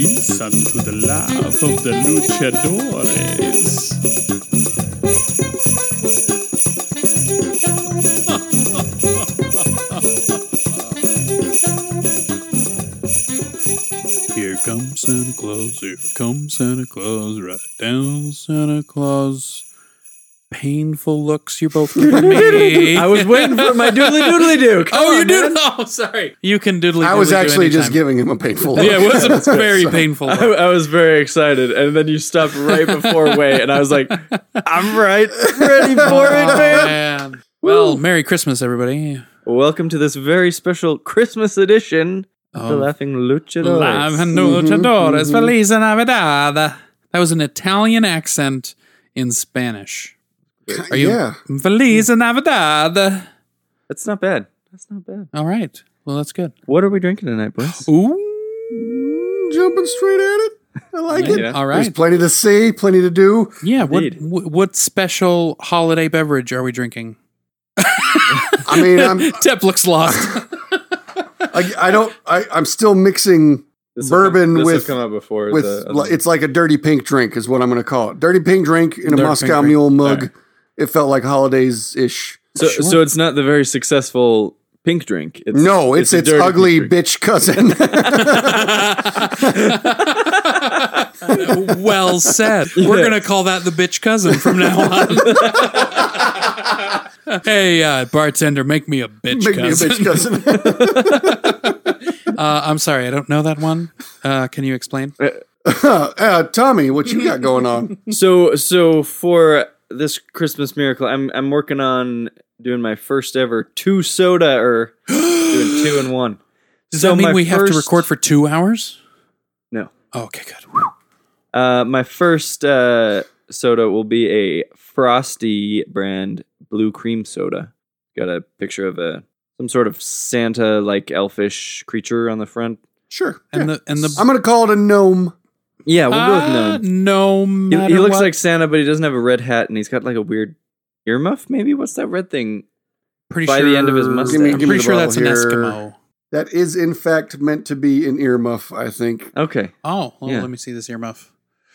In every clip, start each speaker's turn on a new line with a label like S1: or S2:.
S1: unto the laugh of the luchadores. Here comes Santa Claus, here comes Santa Claus, right down Santa Claus. Painful looks you're both giving me.
S2: I was waiting for my doodly doodly do. Come
S1: oh,
S2: on,
S1: you do?
S2: man.
S1: Oh, sorry. You can doodly.
S3: I was
S1: doodly do
S3: actually just
S1: anytime.
S3: giving him a painful look.
S1: Yeah, it was a very painful.
S2: I, I was very excited, and then you stopped right before way, and I was like, "I'm right, ready for it, man."
S1: Oh, Man. Well, Merry Christmas, everybody.
S2: Welcome to this very special Christmas edition of the Laughing Luchador.
S1: Live and
S3: Mm-hmm,
S1: luchadores. Feliz Navidad. That was an Italian accent in Spanish. Are you?
S3: Yeah.
S1: Feliz Navidad.
S2: That's not bad. That's not bad.
S1: All right. Well, that's good.
S2: What are we drinking tonight, boys?
S1: Ooh.
S3: Jumping straight at it. I like it.
S2: Yeah.
S1: All
S3: There's
S1: right.
S3: plenty to see, plenty to do.
S1: Yeah. What,
S2: Indeed.
S1: wh- what special holiday beverage are we drinking?
S3: I mean, I'm,
S1: Tip looks lost.
S3: I, I don't, I, I'm still mixing bourbon with-
S2: come out before
S3: with,
S2: the,
S3: li- it's like a dirty pink drink is what I'm going to call it. Dirty pink drink in a
S1: Dirty pink
S3: Moscow
S1: drink.
S3: Mule
S1: All
S3: mug.
S1: right.
S3: It felt like holidays ish.
S2: so
S1: Sure.
S2: so it's not the very successful pink drink. It's,
S3: No, it's
S2: a
S3: it's,
S2: dirty pink
S3: ugly
S2: drink.
S3: bitch cousin.
S1: well said. We're
S2: Yeah.
S1: gonna call that the bitch cousin from now on. hey, uh, bartender, make me a bitch
S3: Make me a
S1: cousin.
S3: bitch cousin.
S1: Uh, I'm sorry, I don't know that one. Uh, can you explain?
S3: uh, Tommy, what you got going on?
S2: So so for this Christmas miracle, I'm I'm working on doing my first ever two soda or doing two and one.
S1: Does
S2: So
S1: that mean
S2: my
S1: we have to
S2: first-
S1: record for two hours?
S2: No.
S1: Oh, okay, good.
S2: Uh, my first uh, soda will be a Frosty brand blue cream soda. Got a picture of a some sort of Santa like elfish creature on the front.
S3: Sure.
S1: And
S3: yeah.
S1: the and the
S3: I'm going to call it a gnome.
S2: Yeah, we'll go with
S1: Ah,
S2: gnome.
S1: no
S2: He,
S1: matter
S2: he looks
S1: what.
S2: like Santa, but he doesn't have a red hat, and he's got like a weird earmuff. Maybe what's that red thing?
S1: pretty
S2: by the end of his
S1: sure-
S2: mustache.
S1: I'm
S2: Give me-
S3: give me
S1: pretty
S3: the
S1: sure that's an
S3: bottle here.
S1: Eskimo.
S3: That is, in fact, meant to be an earmuff, I think.
S2: Okay.
S1: Oh, well,
S2: Yeah.
S1: let me see this earmuff.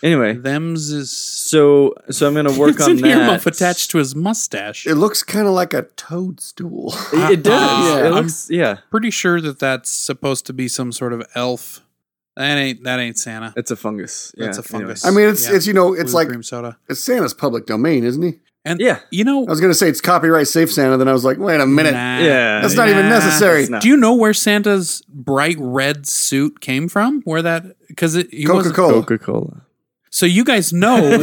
S2: Anyway,
S1: Them's is
S2: so so I'm gonna work
S1: it's
S2: on
S1: an
S2: that.
S1: earmuff attached to his mustache.
S3: It looks kind of like a toadstool.
S2: It, it does.
S3: Yeah.
S2: It
S3: I'm-
S2: looks. Yeah,
S1: pretty sure that that's supposed to be some sort of elf. That ain't that ain't Santa.
S2: it's a fungus. Yeah,
S1: That's a fungus.
S3: I mean, it's,
S1: Yeah.
S3: it's you know, it's
S1: Blue
S3: like,
S1: cream soda.
S3: it's Santa's public domain, isn't he?
S1: And
S2: Yeah.
S1: you
S3: I
S1: know,
S3: was going to say it's copyright safe Santa, then I was like, wait a minute.
S1: nah,
S2: Yeah,
S3: That's not even
S1: nah.
S3: necessary.
S2: It's not.
S1: Do you know where Santa's bright red suit came from? Where that because it he wasn't-
S3: Coca Cola.
S2: Coca Cola.
S1: So you guys know where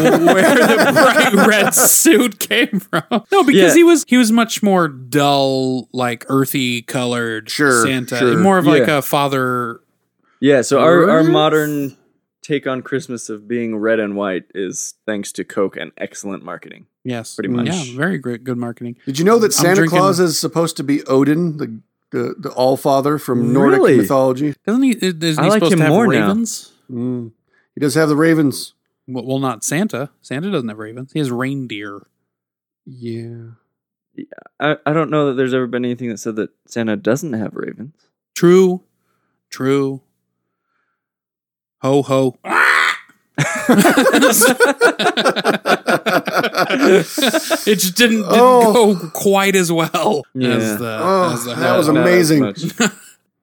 S1: the bright red suit came from? No, because
S2: Yeah.
S1: he was he was much more dull, like earthy colored
S3: Sure,
S1: Santa,
S3: sure.
S1: more of like
S2: Yeah.
S1: a father.
S2: Yeah, so our, our
S3: Earth?
S2: modern take on Christmas of being red and white is thanks to Coke and excellent marketing.
S1: Yes,
S2: Pretty much.
S1: Yeah, very great, good marketing.
S3: Did you know that
S1: I'm
S3: Santa
S1: drinking-
S3: Claus is supposed to be Odin, the the, the All Father from Nordic
S2: Really?
S3: mythology?
S1: Doesn't he? Isn't
S2: I
S1: he
S2: like
S1: supposed
S2: him
S1: to have
S2: more now.
S1: ravens?
S3: Mm. He does have the ravens.
S1: Well, well, not Santa. Santa doesn't have ravens. He has reindeer.
S3: Yeah.
S2: I, I don't know that there's ever been anything that said that Santa doesn't have ravens.
S1: True, true. Ho ho. it just didn't, didn't
S3: Oh.
S1: go quite as well
S2: Yeah.
S1: as the.
S3: Oh,
S1: as the
S3: that was
S1: ho-ho.
S2: Not as
S3: amazing.
S2: much.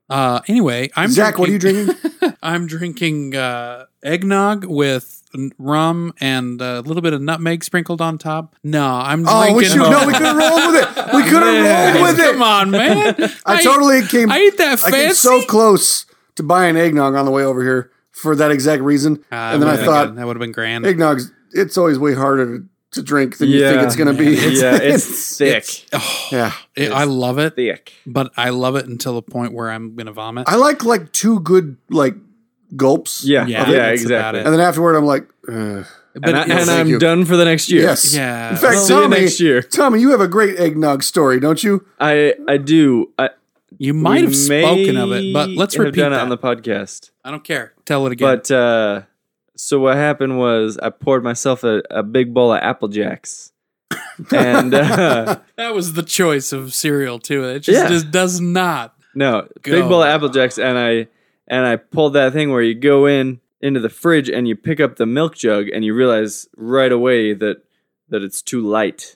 S1: Uh, anyway, I'm
S3: Zach, what are you drinking?
S1: I'm drinking uh, eggnog with n- rum and a little bit of nutmeg sprinkled on top. No, I'm
S3: oh,
S1: drinking.
S3: we should no, we could have rolled with it. We could have
S1: Man,
S3: rolled with it.
S1: Come on, man!
S3: I, totally came.
S1: I ate that
S3: I came
S1: fancy.
S3: so close to buying eggnog on the way over here for that exact reason,
S1: Ah,
S3: and then I
S1: would've been
S3: thought
S1: good. that would have been grand.
S3: eggnog's. It's always way harder to, to drink than you think
S2: Yeah.
S3: it's going to be.
S2: yeah, it's thick.
S3: yeah.
S1: oh, It- I love it,
S2: thick.
S1: but I love it until the point where I'm gonna vomit.
S3: I like like two good like gulps.
S2: Yeah,
S1: Yeah,
S2: yeah,
S1: that's about
S2: exactly.
S1: it.
S3: And then afterward, I'm like, Ugh.
S1: but
S2: And, I,
S1: yes,
S2: and
S3: thank
S2: I'm
S3: you.
S2: done for the next year. Uh,
S3: yes.
S1: yeah.
S3: In fact,
S1: Well,
S2: see you
S3: Tommy,
S2: next year.
S3: Tommy, you have a great eggnog story, don't you?
S2: I I do. I
S1: you might
S2: we
S1: have spoken
S2: may
S1: of it, but let's
S2: have
S1: repeat
S2: done
S1: that.
S2: it on the podcast.
S1: I don't care. Tell it again.
S2: But uh, so what happened was I poured myself a, a big bowl of Apple Jacks, and uh,
S1: that was the choice of cereal too. It just,
S2: Yeah.
S1: just does not.
S2: no
S1: Go.
S2: big bowl of Apple Jacks, and I and I pulled that thing where you go in into the fridge and you pick up the milk jug and you realize right away that that it's too light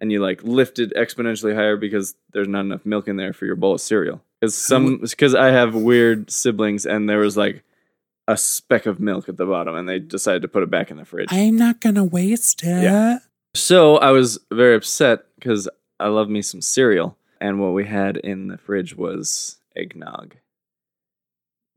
S2: and you like lift it exponentially higher because there's not enough milk in there for your bowl of cereal. Because some because I have weird siblings and there was like a speck of milk at the bottom and they decided to put it back in the fridge.
S1: I'm not gonna waste it.
S2: Yeah. So I was very upset because I love me some cereal, and what we had in the fridge was eggnog.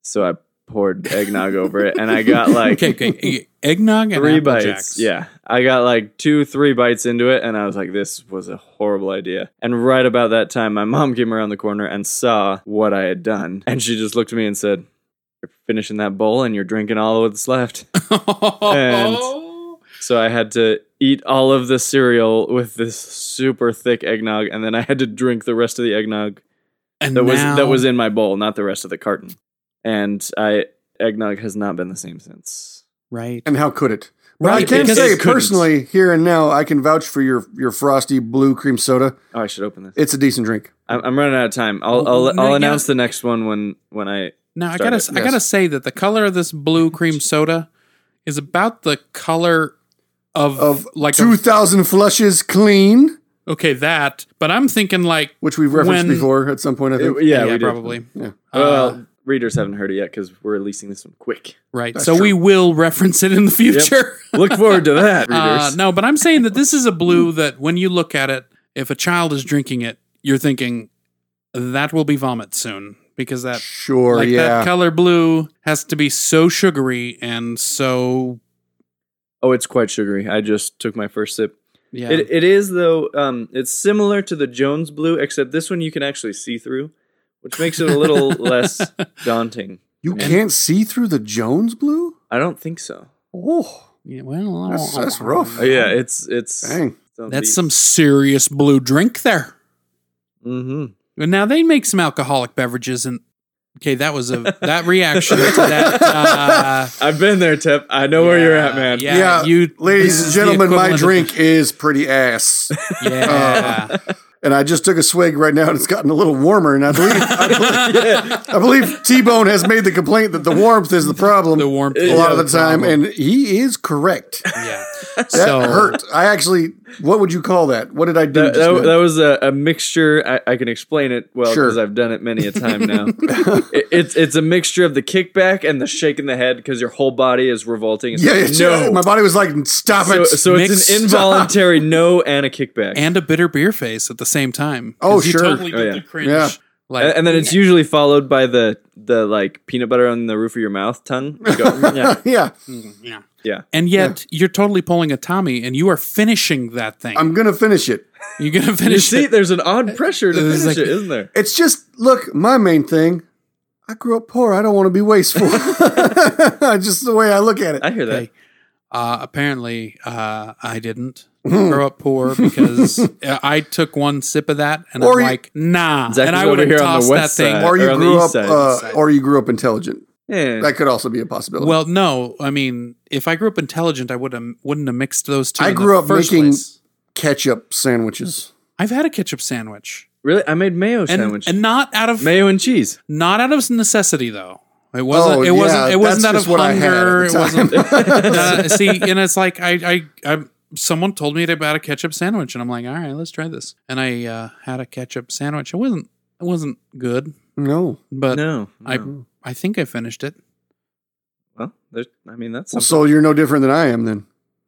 S2: So I poured eggnog over it, and I got like
S1: Okay, okay. e- Eggnog and
S2: three
S1: Apple
S2: bites.
S1: Jacks.
S2: Yeah, I got like two, three bites into it, and I was like, "This was a horrible idea." And right about that time, my mom came around the corner and saw what I had done, and she just looked at me and said, "You're finishing that bowl, and you're drinking all that's left." And- So I had to eat all of the cereal with this super thick eggnog, and then I had to drink the rest of the eggnog
S1: And
S2: that was that
S1: now-
S2: was in my bowl, not the rest of the carton. And I eggnog has not been the same since.
S1: right.
S3: And how could it? But I
S1: Right,
S3: can
S1: because
S3: say
S1: it couldn't.
S3: personally, here and now, I can vouch for your your frosty blue cream soda.
S2: Oh, I should open this.
S3: It's a decent drink.
S2: I'm, I'm running out of time. I'll
S1: Oh,
S2: I'll,
S1: no,
S2: I'll
S1: yeah.
S2: announce the next one when when I.
S1: Now I
S2: Start
S1: gotta
S2: it.
S1: I
S2: Yes.
S1: gotta say that the color of this blue cream soda is about the color of,
S3: Of
S1: like a-
S3: two thousand flushes clean,
S1: okay that, but I'm thinking like
S3: which we've referenced
S1: When-
S3: before at some point. I think.
S1: yeah,
S2: yeah, we did. Oh,
S1: probably
S3: Yeah.
S1: Uh,
S2: well, readers haven't heard it yet because we're releasing this one quick.
S1: right.
S3: that's
S1: So we will reference it in the future.
S2: Look forward to that,
S1: Uh,
S2: readers.
S1: no, but I'm saying that this is a blue that when you look at it, if a child is drinking it, you're thinking that will be vomit soon because that
S3: sure.
S1: like that
S3: yeah.
S1: color blue has to be so sugary and so
S2: Oh, it's quite sugary. I just took my first sip.
S1: yeah.
S2: It, it is though. Um, it's similar to the Jones Blue, except this one you can actually see through, which makes it a little less daunting.
S3: you can't see through the Jones blue.
S2: I don't think so.
S3: Oh,
S1: Yeah, well,
S3: That's- that's rough.
S2: Oh, yeah, it's it's
S3: dang!
S1: That's some serious blue drink there.
S2: hmm
S1: And now they make some alcoholic beverages, and okay, that was a that reaction to that. Uh,
S2: I've been there, Tip. I know where you're at, man.
S1: Yeah, you- this
S3: ladies and
S1: is the
S3: gentlemen, my
S1: equivalent of-
S3: drink is pretty ass, Uh,
S1: yeah,
S3: and I just took a swig right now, and it's gotten a little warmer. And I believe, I believe, I believe T Bone has made the complaint that the warmth is the problem.
S1: the warmth
S3: a lot of the time, and he is correct.
S1: yeah.
S3: That
S1: So
S3: hurt. I actually, what would you call that? What did I do?
S2: That,
S3: just
S2: that,
S3: now?
S2: that was a, a mixture. I, I can explain it well
S3: Sure.
S2: because I've done it many a time now. It- it's it's a mixture of the kickback and the shaking the head because your whole body is revolting. It's
S3: yeah,
S2: like,
S3: it's-
S2: no.
S3: my body was like, stop
S2: so,
S3: it.
S2: so it's
S1: Mixed
S2: an
S1: up.
S2: involuntary no and a kickback.
S1: and a bitter beer face at the same time.
S3: Oh,
S1: 'Cause you
S3: sure.
S1: totally did
S2: Oh, yeah.
S1: the cringe.
S3: Yeah.
S1: Like,
S2: and, and then it's usually followed by the the like peanut butter on the roof of your mouth tongue. You go, yeah.
S3: yeah,
S1: yeah.
S2: Yeah.
S1: And yet you're totally pulling a Tommy, and you are finishing that thing.
S3: I'm gonna finish it.
S1: you're gonna
S2: You
S1: finish
S2: see,
S1: it.
S2: there's an odd pressure to
S1: It's like-
S2: finish it, isn't there?
S3: It's just look. My main thing. I grew up poor. I don't want to be wasteful. just the way I look at it.
S2: I hear that.
S1: Okay. Uh, apparently, uh, I didn't
S3: Hmm.
S1: grow up poor because uh, I took one sip of that and I'm
S3: Or you-
S1: like, nah.
S2: Zach
S1: and
S2: is
S1: I
S2: over
S1: would have
S2: here on the
S1: tossed that
S2: west
S1: thing.
S2: side.
S3: or
S2: or
S3: you
S2: on the
S3: grew
S2: east
S3: up,
S2: side.
S3: uh, or you grew up intelligent.
S2: Yeah.
S3: That could also be a possibility.
S1: Well, no, I mean, if I grew up intelligent, I would have wouldn't have mixed those two.
S3: I
S1: in
S3: grew
S1: the
S3: up
S1: first
S3: making-
S1: place.
S3: Ketchup sandwiches.
S1: I've had a ketchup sandwich,
S2: really, I made mayo
S1: and
S2: sandwich.
S1: and not out of
S2: mayo and cheese.
S1: not out of necessity though. It wasn't.
S3: Oh,
S1: it
S3: yeah,
S1: wasn't. It wasn't
S3: that's
S1: out
S3: just
S1: of
S3: what I had at
S1: hunger.
S3: the
S1: It wasn't. uh, see, and it's like I, I, I, someone told me about a ketchup sandwich, and I'm like, all right, let's try this. And I uh, had a ketchup sandwich. It wasn't. It wasn't good,
S3: No.
S1: but
S2: no,
S1: I,
S2: no.
S1: I think I finished it.
S2: well, there's, I mean that's
S3: Well,
S2: something.
S3: so you're no different than I am then,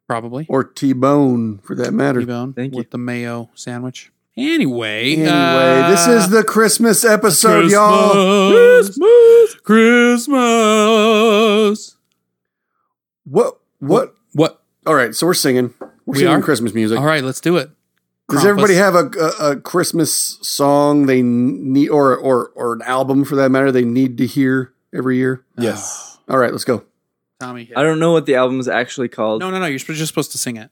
S1: Probably.
S3: or T Bone for that matter.
S1: T-bone
S2: Thank you.
S1: with the mayo sandwich. Anyway, uh,
S3: Anyway, this is the Christmas episode,
S1: Christmas,
S3: y'all.
S1: Christmas, Christmas.
S3: What? What?
S1: What?
S3: All right, so we're singing. We're
S1: We
S3: singing
S1: are?
S3: Christmas music.
S1: All right, let's do it.
S3: Does
S1: Krampus.
S3: everybody have a, a, a Christmas song they need, or or or an album for that matter, they need to hear every year?
S2: yes.
S3: All right, let's go.
S1: Tommy? hit
S2: I don't know what the album is actually called.
S1: No, no, no. You're sp- just supposed to sing it.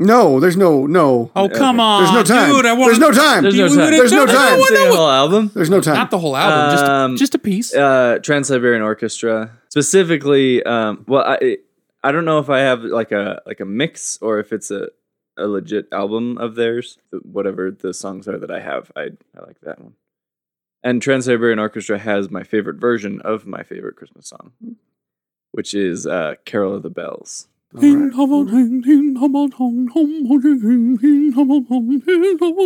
S3: No, there's no no.
S1: Oh, come on.
S3: there's no time.
S1: Dude, I want
S3: there's no time.
S2: There's
S3: There's,
S1: We
S2: no time.
S1: would've
S3: There's no
S1: done-
S3: time.
S1: I
S2: Sing
S1: would've-
S2: the whole album.
S3: no time.
S1: Not the whole album, just,
S2: Um,
S1: just a piece.
S2: Uh, Trans Siberian Orchestra, specifically. Um, well, I I don't know if I have like a like a mix or if it's a a legit album of theirs. Whatever the songs are that I have, I I like that one. And Trans Siberian Orchestra has my favorite version of my favorite Christmas song. which is uh, Carol of the Bells.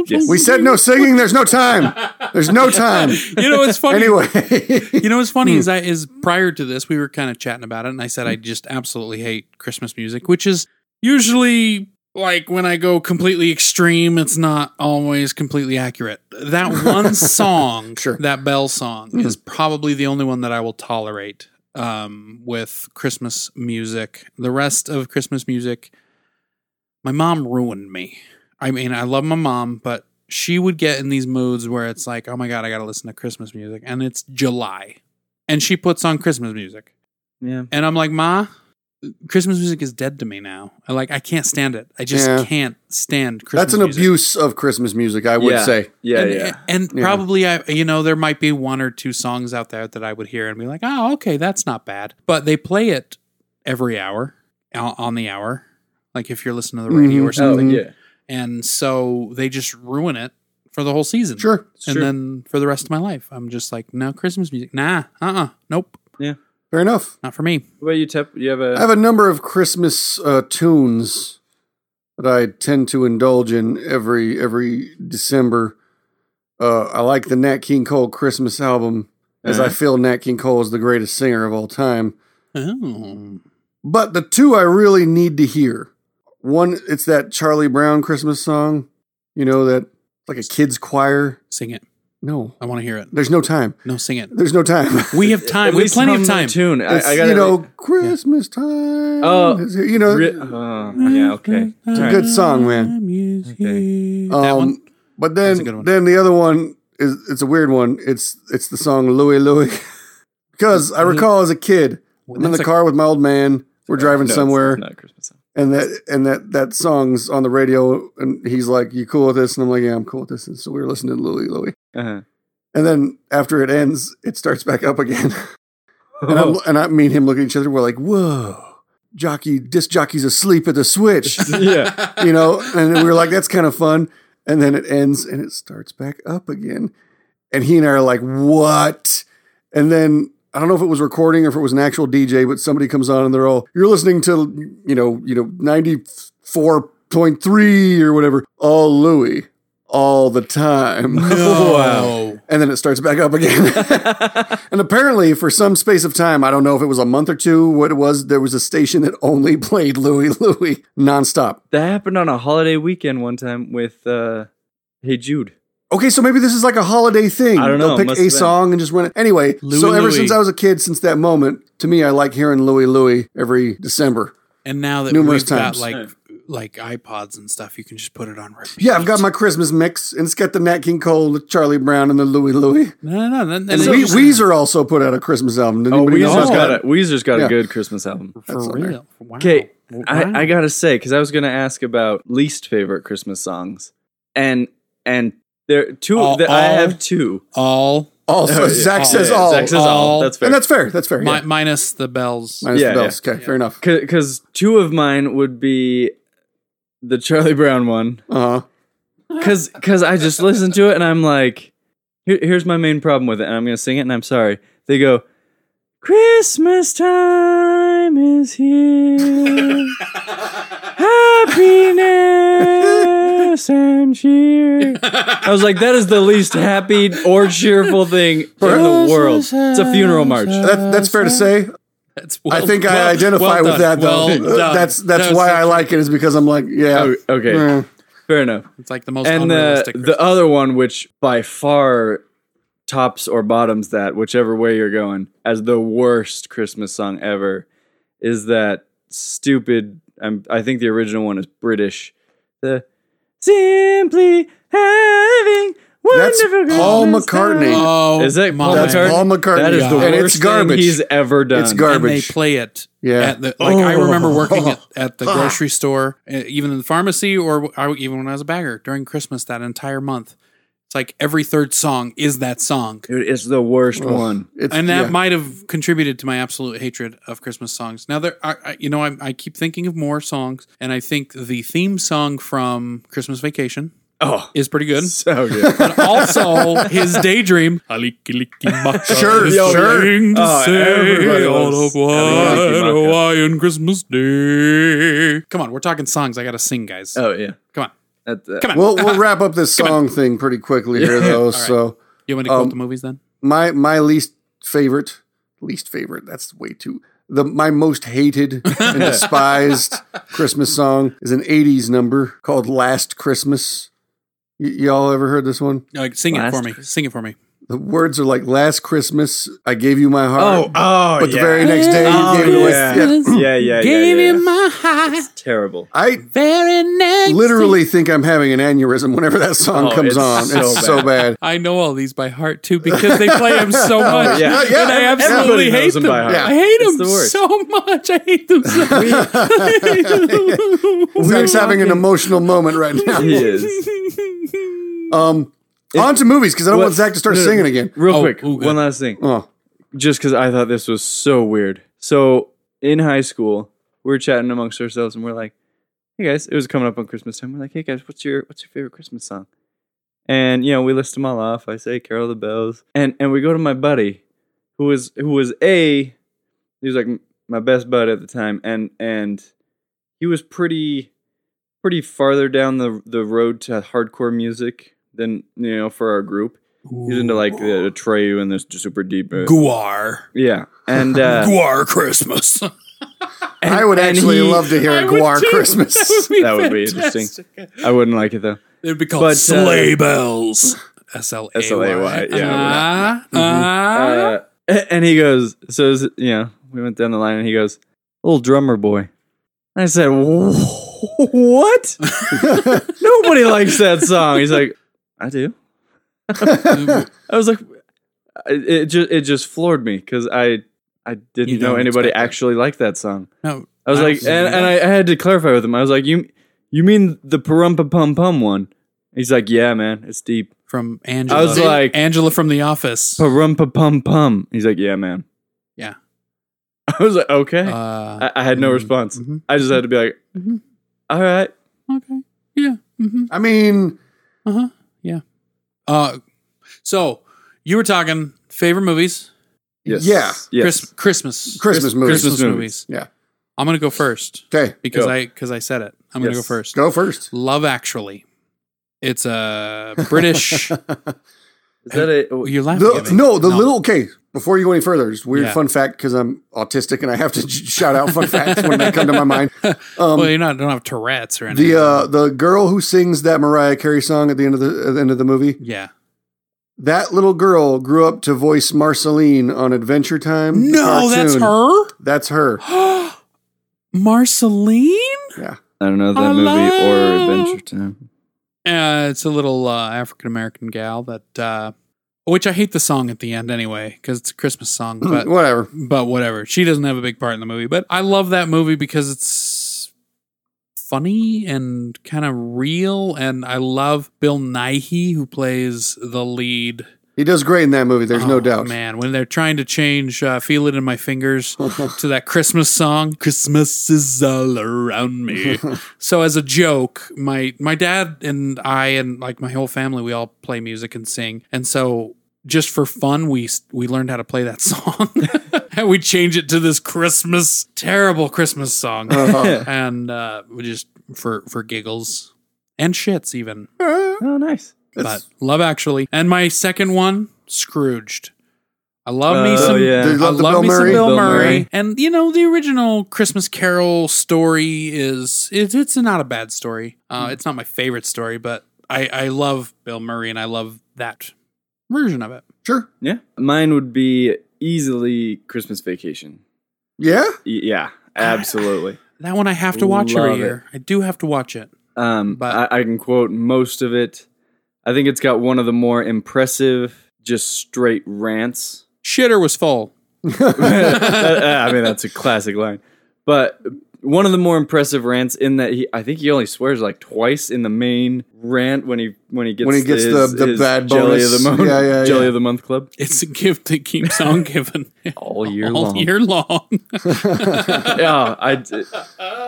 S2: Yes.
S3: We said no singing. There's no time. There's no time.
S1: You know what's funny?
S3: Anyway,
S1: You know what's funny
S3: Hmm.
S1: is I is prior to this we were kind of chatting about it, and I said I just absolutely hate Christmas music, which is usually like when I go completely extreme, it's not always completely accurate. That one song,
S3: Sure. Mm-hmm.
S1: that bell song, is probably the only one that I will tolerate um, with Christmas music. The rest of Christmas music, my mom ruined me. I mean, I love my mom, but she would get in these moods where it's like, oh my God, I got to listen to Christmas music. And it's July. And she puts on Christmas music.
S2: Yeah.
S1: And I'm like, Ma, Christmas music is dead to me now. I like, I can't stand it. I just
S3: Yeah.
S1: can't stand Christmas
S3: that's an
S1: music.
S3: abuse of Christmas music, I would
S2: yeah.
S3: say.
S2: Yeah,
S1: and,
S2: yeah.
S1: And
S3: Yeah.
S1: probably, I, you know, there might be one or two songs out there that I would hear and be like, oh, okay, that's not bad. But they play it every hour o- on the hour. Like if you're listening to the radio
S3: Mhm.
S1: or
S2: Oh,
S1: something.
S2: yeah.
S1: And so they just ruin it for the whole season.
S3: Sure.
S2: It's
S1: and
S2: true.
S1: then for the rest of my life, I'm just like, no Christmas music. Nah, uh, uh nope,
S3: Fair enough.
S1: not for me.
S2: What about you, Tep? You have a. uh,
S3: I have a number of Christmas uh, tunes that I tend to indulge in every every December. Uh, I like the Nat King Cole Christmas album, as I
S2: Uh-huh.
S3: feel Nat King Cole is the greatest singer of all time.
S1: Oh,
S3: But the two I really need to hear one, it's that Charlie Brown Christmas song, you know that like a kids choir.
S1: sing it.
S3: No,
S1: I want to hear it.
S3: there's no time.
S1: No, sing it.
S3: There's no time.
S1: We have time.
S2: At
S1: We have
S2: least
S1: plenty
S2: hum
S1: of
S2: the
S1: time.
S2: Tune. I,
S3: It's,
S2: I gotta,
S3: you know, Christmas time.
S2: Oh,
S3: is here, you know,
S2: Ri- oh, yeah. Okay.
S1: It's
S2: All right. Um,
S3: good song, man.
S1: That one.
S3: um, But
S1: That's a
S3: then,
S1: good one.
S3: then the other one is it's a weird one. It's it's the song Louie Louie, because I recall as a kid, I'm in the
S1: That's a- Uh,
S3: car with my old man. We're driving
S2: No, it's-
S3: somewhere,
S2: It's not a Christmas song.
S3: and that and that that song's on the radio, and he's like, "You cool with this?" And I'm like, "Yeah, I'm cool with this." And so we were listening to Louie Louie,
S2: Uh-huh.
S3: and then after it ends, it starts back up again.
S1: Oh.
S3: And, I'm,
S2: Oh.
S3: and I mean him looking at each other. We're like, "Whoa, jockey, disc jockey's asleep at the switch."
S2: yeah.
S3: you know, and we were like, that's kind of fun. And then it ends and it starts back up again. And he and I are like, what? And then I don't know if it was recording or if it was an actual DJ, but somebody comes on and they're all, you're listening to, you know, you know, 94.3 or whatever, all Louis all the time.
S1: No.
S3: And then it starts back up again. and apparently, for some space of time, I don't know if it was a month or two, what it was, there was a station that only played Louis Louis nonstop.
S2: That happened on a holiday weekend one time with uh, Hey Jude.
S3: Okay, so maybe this is like a holiday thing.
S2: I don't know.
S3: They'll pick
S2: Must
S3: a
S2: have been.
S3: song and just run it. Anyway,
S1: Louie
S3: so ever
S1: Louie.
S3: since I was a kid, since that moment, to me, I like hearing Louie Louie every December.
S1: And now that
S3: Numerous
S1: we've
S3: times.
S1: got like like iPods and stuff, you can just put it on repeat.
S3: Yeah, I've got my Christmas mix, and it's got the Nat King Cole, the Charlie Brown, and the Louie Louie.
S1: No, no, no. And,
S3: And
S1: then
S3: We-
S1: just-
S3: Weezer also put out a Christmas album. Did
S2: Oh,
S3: anybody know
S2: Weezer's
S3: that?
S2: got a, Weezer's got
S3: Yeah. Uh,
S2: a good Christmas album.
S3: That's
S1: for
S3: on there.
S1: real. Wow.
S2: Okay,
S1: Wow.
S2: I, I gotta say because I was gonna ask about least favorite Christmas songs, and and there two
S1: All-
S2: that I
S1: all-
S2: have two.
S1: all
S3: All, so Zach
S1: All.
S3: says
S2: Yeah,
S3: all.
S2: Zach says all.
S1: All.
S2: That's fair.
S3: and that's fair. That's fair.
S1: mi-
S3: yeah.
S1: minus the bells.
S3: Minus
S2: Yeah,
S3: the bells. Okay, fair enough.
S2: because two of mine would be the Charlie Brown one.
S3: Uh-huh.
S2: Cause, cause I just listened to it and I'm like, here, here's my main problem with it, and I'm gonna sing it, and I'm sorry. They go, Christmas time is here, happiness and cheer. I was like, that is the least happy or cheerful thing in the world. It's a funeral march.
S3: That, that's fair to say.
S1: That's
S3: I
S1: well-
S3: think
S1: well-
S3: I identify
S1: well
S3: with
S1: done.
S3: that, though.
S1: Well done.
S3: that's that's
S1: No,
S3: why
S1: it's-
S3: I like it, is because I'm like, yeah.
S2: Oh, okay,
S3: eh.
S2: fair enough.
S1: It's like the most
S2: and uh, the
S1: unrealistic.
S2: the other one, which by far tops or bottoms that, whichever way you're going, as the worst Christmas song ever, is that stupid. I'm, I think the original one is British. The simply having
S3: That's
S2: wonderful.
S3: Paul
S2: Christmas
S3: McCartney.
S2: time.
S1: oh,
S2: Is that Paul
S1: my
S3: That's
S2: McCartney?
S3: Paul McCartney.
S2: That is the
S1: Yeah.
S2: worst
S3: And it's garbage.
S2: thing he's ever done.
S3: It's garbage.
S1: and they play it.
S3: Yeah.
S1: At the, like I remember
S3: Oh.
S1: working at, at the grocery store, uh, even in the pharmacy, or I, even when I was a bagger during Christmas that entire month. It's like every third song is that song,
S2: Dude, it's the worst one.
S3: It's-
S1: and that
S3: yeah.
S1: might have contributed to my absolute hatred of Christmas songs. Now there, I, I, you know, I, I keep thinking of more songs, and I think the theme song from Christmas Vacation
S2: Oh,
S1: is pretty good.
S2: so good.
S1: But also his daydream. Haliki-liki-maka
S3: Sure,
S1: is
S3: yo, sure. Ah,
S1: sing to
S2: Oh,
S1: say
S2: everybody
S1: on a
S2: loves
S1: white
S2: Haliki-liki-maka.
S1: Hawaiian Christmas day. Come on, we're talking songs. I gotta sing, guys.
S3: Uh,
S2: oh yeah.
S1: Come on,
S2: That, uh, that-
S1: come on.
S3: We'll we'll wrap up this song thing pretty quickly here though. So
S1: you want me to quote
S3: um,
S1: the movies then?
S3: my my least favorite, least favorite. That's way too. The my most hated and despised Christmas song is an '80s number called "Last Christmas." Y- y'all ever heard this one?
S1: No, sing it
S2: Last
S1: for me. Sing it for me.
S3: The words are like "Last Christmas, I gave you my heart."
S2: Oh, oh,
S3: but the
S2: yeah.
S3: very next day, you
S2: Oh,
S3: gave it away.
S2: yeah.
S3: Yeah.
S2: yeah, yeah, yeah,
S1: Gave
S2: yeah.
S1: you my heart.
S2: terrible.
S3: I
S1: Very next.
S3: literally think I'm having an aneurysm whenever that song
S2: Oh,
S3: comes
S2: it's
S3: on.
S2: so
S3: it's
S2: bad.
S3: so bad.
S1: I know all these by heart too because they play them so much,
S2: Oh, yeah.
S3: Yeah,
S1: and I
S3: yeah,
S1: absolutely
S2: everybody knows
S1: hate them.
S2: them by heart.
S1: I hate
S2: It's
S1: them
S2: the worst.
S1: so much. I hate them so much.
S3: Zach's having an emotional moment right
S2: He
S3: now.
S2: is.
S3: Um, on to movies because I don't
S2: What-
S3: want Zach to start
S2: no, no,
S3: singing again.
S2: Real
S1: Oh,
S2: quick,
S1: ooh, good.
S2: one last thing.
S3: Oh,
S2: Just because I thought this was so weird. So in high school, we are chatting amongst ourselves, and we're like, "Hey guys," it was coming up on Christmas time. We're like, "Hey guys, what's your what's your favorite Christmas song?" And you know, we list them all off. I say "Carol the Bells," and and we go to my buddy, who was who was a, he was like m- my best bud at the time, and and he was pretty pretty farther down the the road to hardcore music than you know for our group. He's into like the Atreyu and this super deep. uh,
S1: Guar.
S2: yeah, and uh,
S1: Guar Christmas.
S3: I would
S2: and
S3: actually
S2: he-
S3: love to hear a Guar Christmas.
S2: That would be
S1: fantastic.
S2: I wouldn't like it though.
S1: It'd be called
S2: But, uh,
S1: Sleigh Bells. S L A Y.
S2: S-L-A-Y, yeah,
S1: Ah, ah.
S2: Mm-hmm. Uh, and he goes, so is it- you know, we went down the line, and he goes, "Little drummer boy." And I said, "Wh- "What? Nobody likes that song." He's like, "I do." I was like, it, it just it just floored me because I I
S1: You
S2: didn't know
S1: don't
S2: anybody
S1: expect that.
S2: actually liked that song.
S1: No,
S2: I was like, and, and I, I had to clarify with him. I was like, you you mean the parumpa pum pum one? He's like, yeah, man, it's deep.
S1: from Angela.
S2: I was like-
S1: Angela from The Office.
S3: Oh,
S2: Parumpa pum pum. He's like, yeah, man.
S1: Yeah.
S2: I was like, okay.
S1: Uh,
S2: I, I had no
S1: mm,
S2: response.
S1: mhm.
S2: I just had to be like,
S1: Mhm.
S2: all right.
S1: okay. Yeah. Mm-hmm.
S3: I mean,
S1: Uh huh. Yeah. Uh, so you were talking favorite movies,
S2: Yes.
S3: Yeah.
S2: Yes.
S1: Christ- Christmas,
S3: Christmas movies.
S1: Christmas
S2: Christmas
S1: movies.
S3: yeah.
S1: I'm gonna go first
S3: Okay,
S1: because
S2: Go.
S1: I because I said it. I'm gonna
S2: Yes.
S1: go first.
S3: go first.
S1: Love Actually. It's a British.
S2: Is that a? oh,
S1: You're laughing.
S3: The,
S1: at me.
S3: no, the little okay. Before you go any further, just weird
S1: Yeah.
S3: fun fact because I'm autistic and I have to j- shout out fun facts when they come to my mind. Um,
S1: well, you're not don't have Tourette's or anything.
S3: the uh, the girl who sings that Mariah Carey song at the end of the at the end of the movie,
S1: yeah.
S3: that little girl grew up to voice Marceline on Adventure Time. the
S1: No, that's
S3: cartoon.
S1: her.
S3: That's her.
S1: Marceline?
S2: I don't know that
S1: Hello?
S2: movie or Adventure Time.
S1: Uh, it's a little uh, African American gal that, uh, which I hate the song at the end anyway because it's a Christmas song. But
S3: Hmm, Whatever.
S1: but whatever, she doesn't have a big part in the movie. But I love that movie because it's funny and kind of real, and I love Bill Nighy who plays the lead.
S3: He does great in that movie. There's
S1: Oh,
S3: no doubt.
S1: Man, when they're trying to change uh, Feel It in My Fingers to that Christmas song, Christmas is all around me. so as a joke, my my dad and I and like my whole family, we all play music and sing. And so just for fun, we we learned how to play that song. and we change it to this Christmas terrible Christmas song.
S3: Uh-huh.
S1: and uh we just for for giggles and shits even.
S2: Oh, nice.
S1: But Love Actually, and my second one, Scrooged. I love me
S2: Oh,
S1: some.
S2: yeah.
S1: I
S3: There's
S1: love
S3: the Bill
S1: me some
S3: Murray.
S1: Bill,
S2: Bill
S1: Murray.
S2: Murray.
S1: and you know the original Christmas Carol story is it, it's not a bad story. Uh,
S2: Mm.
S1: It's not my favorite story, but I, I love Bill Murray and I love that version of it.
S3: Sure.
S2: Yeah. Mine would be easily Christmas Vacation.
S3: Yeah.
S2: Y- yeah, absolutely.
S1: That one I have to watch every
S2: Love it.
S1: year. I do have to watch it.
S2: Um,
S1: But-
S2: I, I can quote most of it. I think it's got one of the more impressive, just straight rants.
S1: Shitter was full.
S2: I mean, that's a classic line. But one of the more impressive rants in that he I think he only swears like twice in the main rant when he when he gets
S3: When he gets the-
S2: his-
S3: the
S2: his
S3: bad
S2: jelly
S3: bonus.
S2: of the month
S3: Yeah, yeah,
S2: jelly
S3: yeah.
S2: of the month club
S1: It's a gift that keeps on giving
S2: all year
S1: all
S2: long.
S1: year long.
S2: yeah, I, d-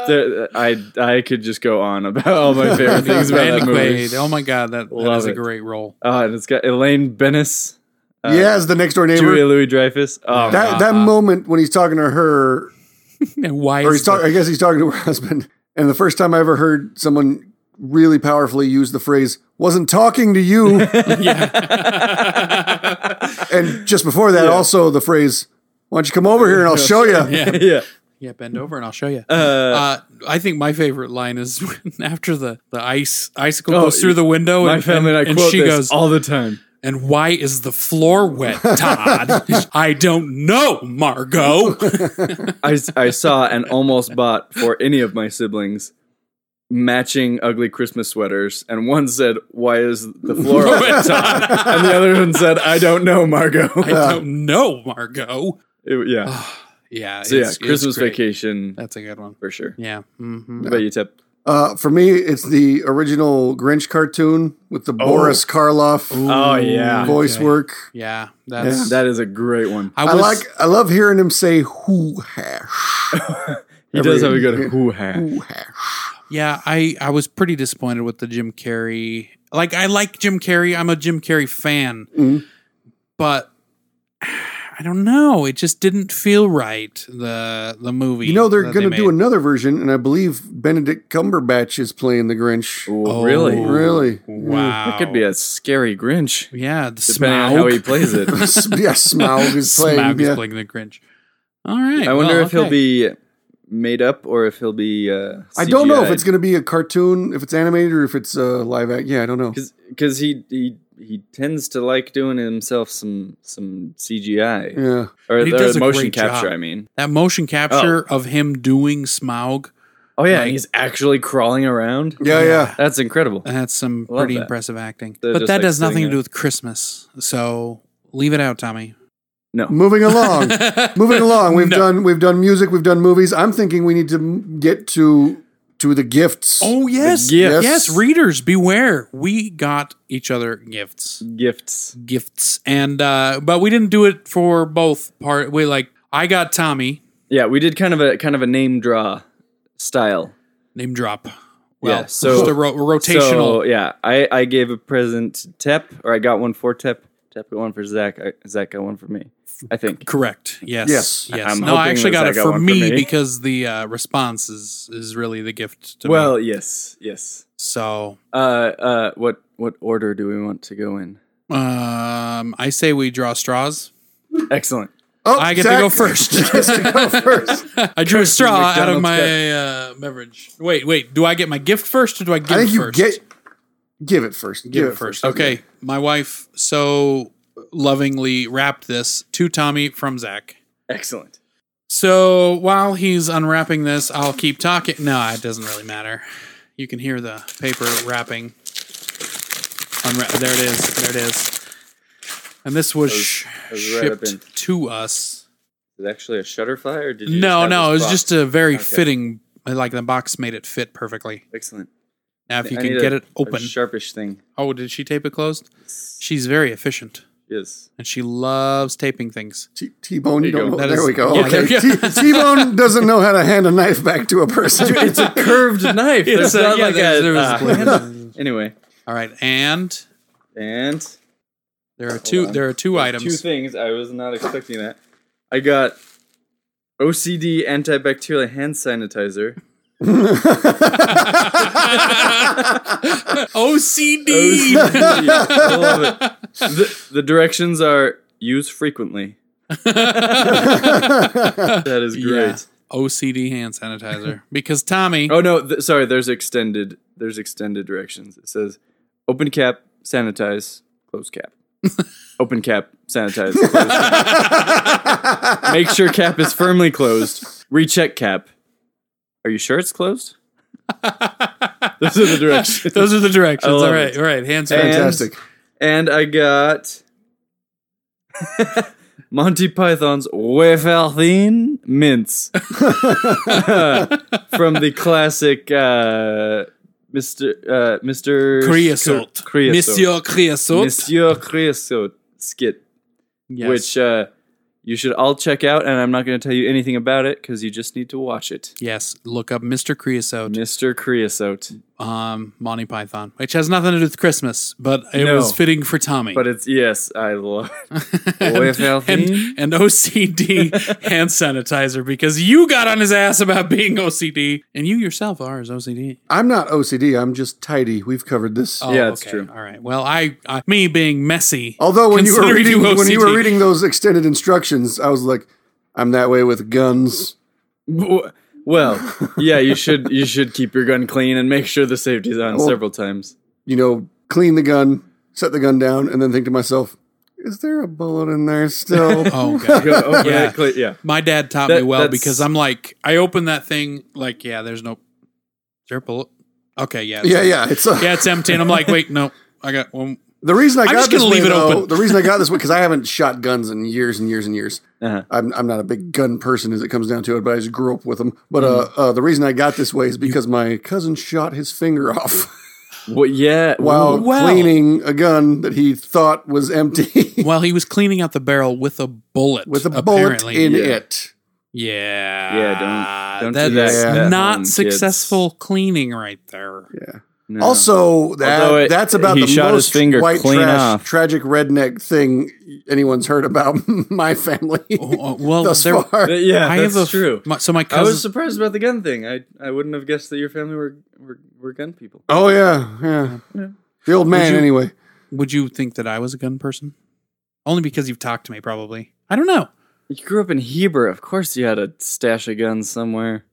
S2: there- I I could just go on about all my favorite things about that movie.
S1: Quaid. Oh my god, that, that
S2: Love
S1: is a
S2: it.
S1: great role.
S2: Uh, and it's got Elaine Bennis, uh,
S3: yeah, as the next door neighbor.
S2: Julia Louis Dreyfus. Oh,
S3: that
S1: Uh-huh.
S3: that moment when he's talking to her,
S1: And why
S3: or
S1: is
S3: he's talking. I guess he's talking to her husband. And the first time I ever heard someone really powerfully use the phrase "wasn't talking to you,"
S1: the- yeah.
S3: and just before that, also the phrase "Why don't you come over here and I'll show you?"
S1: yeah,
S2: yeah.
S1: yeah, bend over and I'll show you.
S2: Uh,
S1: Uh, I think my favorite line is when after the, the ice icicle
S2: Oh,
S1: goes through the window
S2: my
S1: and,
S2: family and,
S1: and,
S2: I
S1: and
S2: quote
S1: she
S2: this
S1: goes,
S2: all the time.
S1: and why is the floor wet, Todd? I don't know, Margot.
S2: I, I saw and almost bought for any of my siblings matching ugly Christmas sweaters, and one said, "Why is the floor wet?"
S1: I
S2: and the other one said, "I don't know, Margot."
S1: don't know, Margot.
S2: It- yeah.
S1: Yeah.
S2: So yeah,
S1: it's- it's
S2: Christmas
S1: great.
S2: vacation
S1: That's a good one.
S2: for sure.
S1: Yeah. hmm
S2: What about you, Tip?
S3: Uh, for me, it's the original Grinch cartoon with the Boris Karloff
S2: Oh, yeah.
S3: voice
S1: Oh. Okay.
S3: work.
S1: Yeah. That's.
S2: That is a great one.
S1: I,
S3: I,
S1: was,
S3: like. I love hearing him say "hoo hash,
S2: He does have a good hoo ha.
S3: hoo hash."
S1: Yeah, I I was pretty disappointed with the Jim Carrey. Like I like Jim Carrey. I'm a Jim Carrey fan.
S2: Mm-hmm.
S3: Mhm.
S1: But I don't know. It just didn't feel right the the movie.
S3: You know they're
S1: that
S3: going to
S1: they
S3: do
S1: made.
S3: another version, and I believe Benedict Cumberbatch is playing the Grinch.
S1: Oh,
S2: really?
S3: Really?
S1: Wow.
S2: That could be a scary Grinch,
S1: Yeah, the
S2: depending
S1: Smaug.
S2: on how he plays it.
S3: yeah, Smaug is playing.
S1: Smaug
S3: yeah.
S1: is playing the Grinch. All right.
S2: I wonder
S1: well,
S2: if he'll
S1: okay.
S2: be made up or if he'll be. Uh,
S3: I don't know if it's
S2: CGI'd.
S3: going to be a cartoon, if it's animated, or if it's uh, live act. Yeah, I don't know.
S2: because he he he tends to like doing himself some some CGI
S3: Yeah,
S2: or,
S1: And he
S2: or
S1: does a
S2: motion
S1: great
S2: capture.
S1: job.
S2: I mean,
S1: that motion capture of him doing Smaug.
S2: oh yeah,
S1: Like-
S2: he's actually crawling around.
S3: yeah, yeah.
S2: That's incredible.
S1: That's some
S2: Love
S1: pretty
S2: that.
S1: impressive acting.
S2: They're
S1: but
S2: just,
S1: that
S2: like,
S1: does nothing
S2: sitting
S1: to do
S2: there.
S1: with Christmas. So leave it out, Tommy. Mm.
S3: Moving along. Moving along, we've
S1: No.
S3: done we've done music, we've done movies. I'm thinking we need to m- get to to the gifts.
S1: Oh yes.
S2: gifts.
S1: yes, Readers, beware. We got each other gifts,
S2: Gifts.
S1: gifts, and uh but we didn't do it for both part. We like I got Tommy
S2: Yeah, we did kind of a kind of a name draw style.
S1: name drop. Well,
S2: Yeah, so-
S1: just a ro- rotational.
S2: So yeah, I I gave a present to Tep or I got one for Tep. Tep got one for Zach. I, Zach got one for me. I think.
S1: Correct. Yes.
S3: Yes.
S1: Yes.
S2: I'm
S1: no, I
S2: hoping
S1: actually
S2: that
S1: got
S2: I
S1: it
S2: got
S1: for,
S2: one for
S1: me,
S2: me.
S1: because the uh, response is is really the gift to me.
S2: Well, yes, yes.
S1: So
S2: Uh, uh, what what order do we want to go in?
S1: um, I say we draw straws.
S2: Excellent.
S3: Oh,
S1: I get
S3: Zach
S1: to go first.
S3: gets to go first.
S1: I drew a straw out of
S2: McDonald's
S1: my uh, beverage. Wait, wait. Do I get my gift first, or do I give
S3: I think
S1: it
S3: you
S1: first?
S3: get give it first. Give,
S1: give it first. Okay. My wife so lovingly wrapped this to Tommy from Zach.
S2: Excellent.
S1: So while he's unwrapping this, I'll keep talking. No, it doesn't really matter. You can hear the paper wrapping. Unwrap. There it is. There it is. And this was, sh-
S2: that was right up
S1: shipped
S2: in-
S1: to us.
S2: Is it actually a shutterfly or did you?
S1: No,
S2: just have
S1: no,
S2: this
S1: it was
S2: box?
S1: just a very fitting. Like the box made it fit perfectly.
S2: excellent.
S1: Now, if you
S2: I
S1: can
S2: need
S1: get
S2: a-
S1: it open.
S2: a sharpish thing.
S1: oh, did she tape it closed? She's very efficient,
S2: Yes.
S1: and she loves taping things.
S3: T- T-Bone, you
S2: There you
S3: don't
S2: go.
S3: know.
S1: That
S3: there
S1: is-
S3: we go.
S1: yeah,
S3: okay.
S1: there you go.
S3: T- T-Bone doesn't know how to hand a knife back to a person.
S2: It's a curved knife.
S1: It's
S2: There's
S1: a-
S2: not
S1: yeah,
S2: like
S1: there's-
S2: a-
S1: there was
S2: ah.
S1: plans.
S2: anyway,
S1: All right, and
S2: and
S1: there are two.
S2: on.
S1: There are two items.
S2: two things. I was not expecting that. I got OCD antibacterial hand sanitizer.
S1: OCD.
S2: I love it. The, the directions are use frequently. that is great.
S1: Yeah. OCD hand sanitizer. Because Tommy,
S2: Oh no, th- sorry. There's extended. There's extended directions. It says open cap, sanitize, close cap. open cap, sanitize. Close cap. Make sure cap is firmly closed. Recheck cap. Are you sure it's closed? Those are the directions.
S1: those are the directions.
S2: I love
S1: All right,
S2: it.
S1: all right. Hand
S2: And-
S1: sanitizer.
S3: Fantastic.
S2: And I got Monty Python's Waferthin Mints from the classic uh, Mr. Uh, Mr.
S1: Creosote.
S2: Cre- Creosote.
S1: Monsieur Creosote.
S2: Monsieur Creosote skit,
S1: Yes.
S2: which uh, you should all check out, and I'm not going to tell you anything about it because you just need to watch it.
S1: yes, look up Mr. Creosote,
S2: Mr. Creosote,
S1: um, Monty Python, which has nothing to do with Christmas, but it
S2: No.
S1: was fitting for Tommy.
S2: but it's yes, I love.
S1: and, and, and OCD hand sanitizer because you got on his ass about being OCD, and you yourself are as OCD.
S3: I'm not OCD. I'm just tidy. We've covered this.
S1: Oh,
S2: Yeah, it's true.
S1: All right. Well, I, I me being messy.
S3: Although when you were
S1: consider
S3: reading when you were
S1: OCD.
S3: reading those extended instructions, I was like, I'm that way with guns.
S2: W- Well, yeah, you should you should keep your gun clean and make sure the safety's on
S3: Well-
S2: several times.
S3: You know, clean the gun, set the gun down, and then think to myself, is there a bullet in there still?
S1: Oh god.
S2: Go open
S1: Yeah.
S2: it, clean- yeah.
S1: My dad taught me
S2: That-
S1: well
S2: that's-
S1: because I'm like, I open that thing, like, yeah, there's no triple. Okay, yeah. it's-
S3: yeah, yeah. It's a,
S1: Yeah, it's empty. And I'm like, wait, no, I got one.
S3: the reason I got
S1: just
S3: this
S1: gonna
S3: way,
S1: leave it
S3: though-
S1: open.
S3: The reason I got this way because I haven't shot guns in years and years and years.
S2: Uh-huh.
S3: I'm I'm not a big gun person as it comes down to it, but I just grew up with them. But uh, uh, the reason I got this way is because my cousin shot his finger off
S2: Well, yeah.
S3: while
S2: ooh.
S1: Wow.
S3: cleaning a gun that he thought was empty
S1: While he was cleaning out the barrel with a bullet.
S3: with a
S1: apparently.
S3: bullet in
S2: yeah.
S3: it.
S1: Yeah.
S2: Yeah, don't-
S1: That's
S2: don't do
S3: that at
S1: not
S2: home, kids.
S1: successful cleaning right there.
S3: Yeah.
S2: No.
S3: Also, that
S2: Although it-
S3: that's about
S2: he
S3: the
S2: shot
S3: most
S2: his finger
S3: white
S2: clean
S3: trash,
S2: off.
S3: tragic redneck thing anyone's heard about my family
S1: Oh, oh, well,
S3: thus
S1: there,
S3: far.
S2: But yeah,
S1: I
S2: that's
S1: have a,
S2: true.
S1: My, so my
S2: I was
S1: cousin,
S2: surprised about the gun thing. I, I wouldn't have guessed that your family were were, were gun people.
S3: Oh yeah, yeah. The old man,
S1: you-
S3: anyway.
S1: would you think that I was a gun person? Only because you've talked to me, probably. I don't know.
S2: You grew up in Heber, of course. You had a stash of guns somewhere.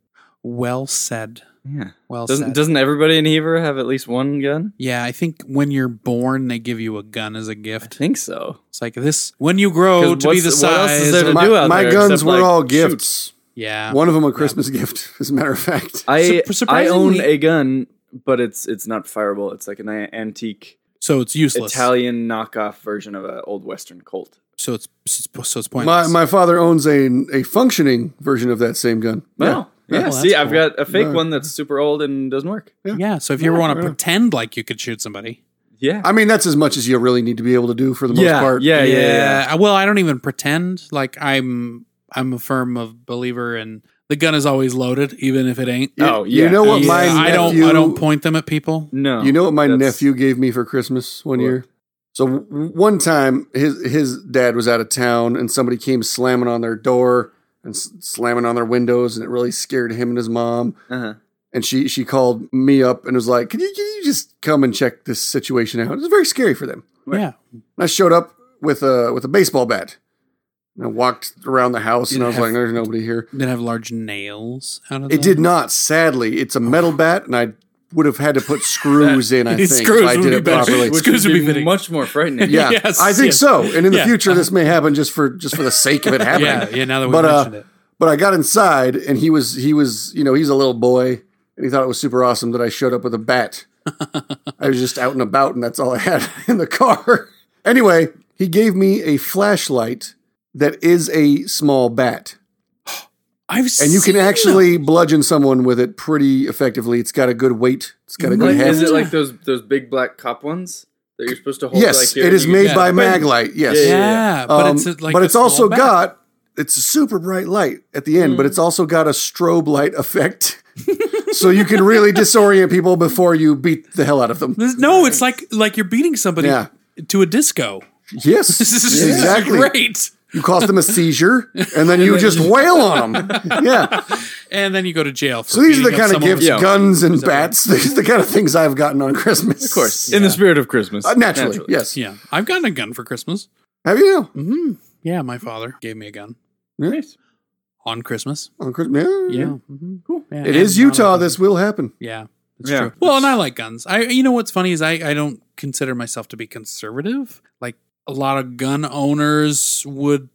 S1: Well said.
S2: Yeah.
S1: Well
S2: Doesn't
S1: said.
S2: doesn't everybody in Heber have at least one gun?
S1: yeah, I think when you're born, they give you a gun as a
S2: I
S1: gift.
S2: think so.
S1: It's like this when you grow
S2: 'Cause
S1: to be
S2: what's-
S1: the
S2: what else is
S1: size.
S2: there to
S1: of-
S3: My,
S2: do out
S3: my
S2: there
S3: guns
S2: except,
S3: were
S2: like,
S3: all
S2: shoot.
S3: gifts.
S1: yeah,
S3: One of them a Christmas gift, as a matter of fact.
S2: I
S1: Sur-
S2: I own
S1: surprisingly-
S2: a gun, but it's it's not fireable. It's like an a- antique
S1: so it's useless.
S2: Italian knockoff version of an old Western Colt.
S1: so it's so it's
S3: My
S1: pointless.
S3: my father owns a a functioning version of that same gun.
S2: Wow. Yeah. Oh,
S1: Well,
S2: See,
S1: that's
S2: I've
S1: cool.
S2: got a fake
S3: Yeah.
S2: one that's super old and doesn't work.
S1: yeah, so if you ever want to
S3: yeah.
S1: pretend like you could shoot somebody,
S2: Yeah.
S3: I mean, that's as much as you really need to be able to do for the most
S2: yeah,
S3: part.
S2: yeah. Yeah. Yeah.
S1: I- Well, I don't even pretend. Like I'm, I'm a firm of believer in the gun is always loaded, even if it ain't.
S3: You,
S2: Oh,
S3: You
S2: yeah.
S3: know what
S2: Yeah,
S3: my
S1: I don't,
S3: nephew-
S1: I don't point them at people.
S2: No.
S3: You know what my
S2: that's-
S3: nephew gave me for Christmas one
S2: What?
S3: year? So w- one time his his dad was out of town and somebody came slamming on their door and s- slamming on their windows and it really scared him and his mom
S2: Uh-huh.
S3: and she she called me up and was like, "Can you, can you just come and check this situation out?" It was very scary for them.
S2: Right.
S1: Yeah,
S3: And I showed up with a with a baseball bat and I walked around the house and I was
S1: Didn't
S3: like, "There's nobody here."
S1: they have large nails out of
S3: It did not. Sadly, it's a metal bat and I would have had to put screws in. I think
S1: Screws
S3: if I
S1: would
S3: did
S1: be
S3: it
S1: better.
S3: properly.
S1: Which Excuse would be me, fitting.
S2: much more frightening.
S3: Yeah,
S1: Yes,
S3: I think
S1: yes.
S3: so. And in the
S1: Yeah.
S3: future, this may happen just for just for the sake of it happening.
S1: Yeah, yeah. Now that we
S3: But, uh,
S1: mentioned it,
S3: But I got inside, and he was he was you know he's a little boy, and he thought it was super awesome that I showed up with a bat. I was just out and about, and that's all I had in the car. anyway, he gave me a flashlight that is a small bat,
S1: I've
S3: and you
S1: seen
S3: can
S1: them.
S3: actually bludgeon someone with it pretty effectively. It's got a good weight. It's got a good
S2: Like,
S3: head.
S2: is it like those those big black cop ones that you're supposed to hold?
S3: yes,
S2: like here
S3: it
S2: and
S3: is
S2: you can-
S3: made by
S2: Yeah.
S3: Maglite. Yes.
S1: Yeah,
S2: Yeah,
S1: but
S3: Um,
S1: it's uh, like
S3: but
S1: a
S3: it's also
S1: small bat.
S3: got it's a super bright light at the end, but
S1: Mm.
S3: it's also got a strobe light effect, so you can really disorient people before you beat the hell out of them.
S1: This- No, it's like like you're beating somebody
S3: Yeah.
S1: to a disco.
S3: Yes,
S1: This is
S3: exactly.
S1: great.
S3: You cause them a seizure, and then you just wail on them. Yeah.
S1: And then you go to jail. For
S3: So these are the
S1: beating up
S3: kind of
S1: someone
S3: gifts:
S1: with-
S2: Yeah.
S3: guns and bats. These are the kind of things I've gotten on Christmas. Of
S2: course, in the spirit of Christmas.
S3: Uh, naturally, yes.
S1: Yeah, I've gotten a gun for Christmas.
S3: Have you
S1: hmm Yeah, my father gave me a gun
S2: Nice.
S1: on Christmas.
S3: on Christmas? Yeah. Mm-hmm.
S1: Yeah, Mhm.
S2: Cool.
S1: Yeah,
S3: It
S1: and
S3: is
S1: not
S3: Utah.
S1: a-
S3: This will happen.
S1: Yeah, it's
S2: Yeah.
S1: true. Well, and I like guns. I, you know, what's funny is I, I don't consider myself to be conservative. Like a lot of gun owners would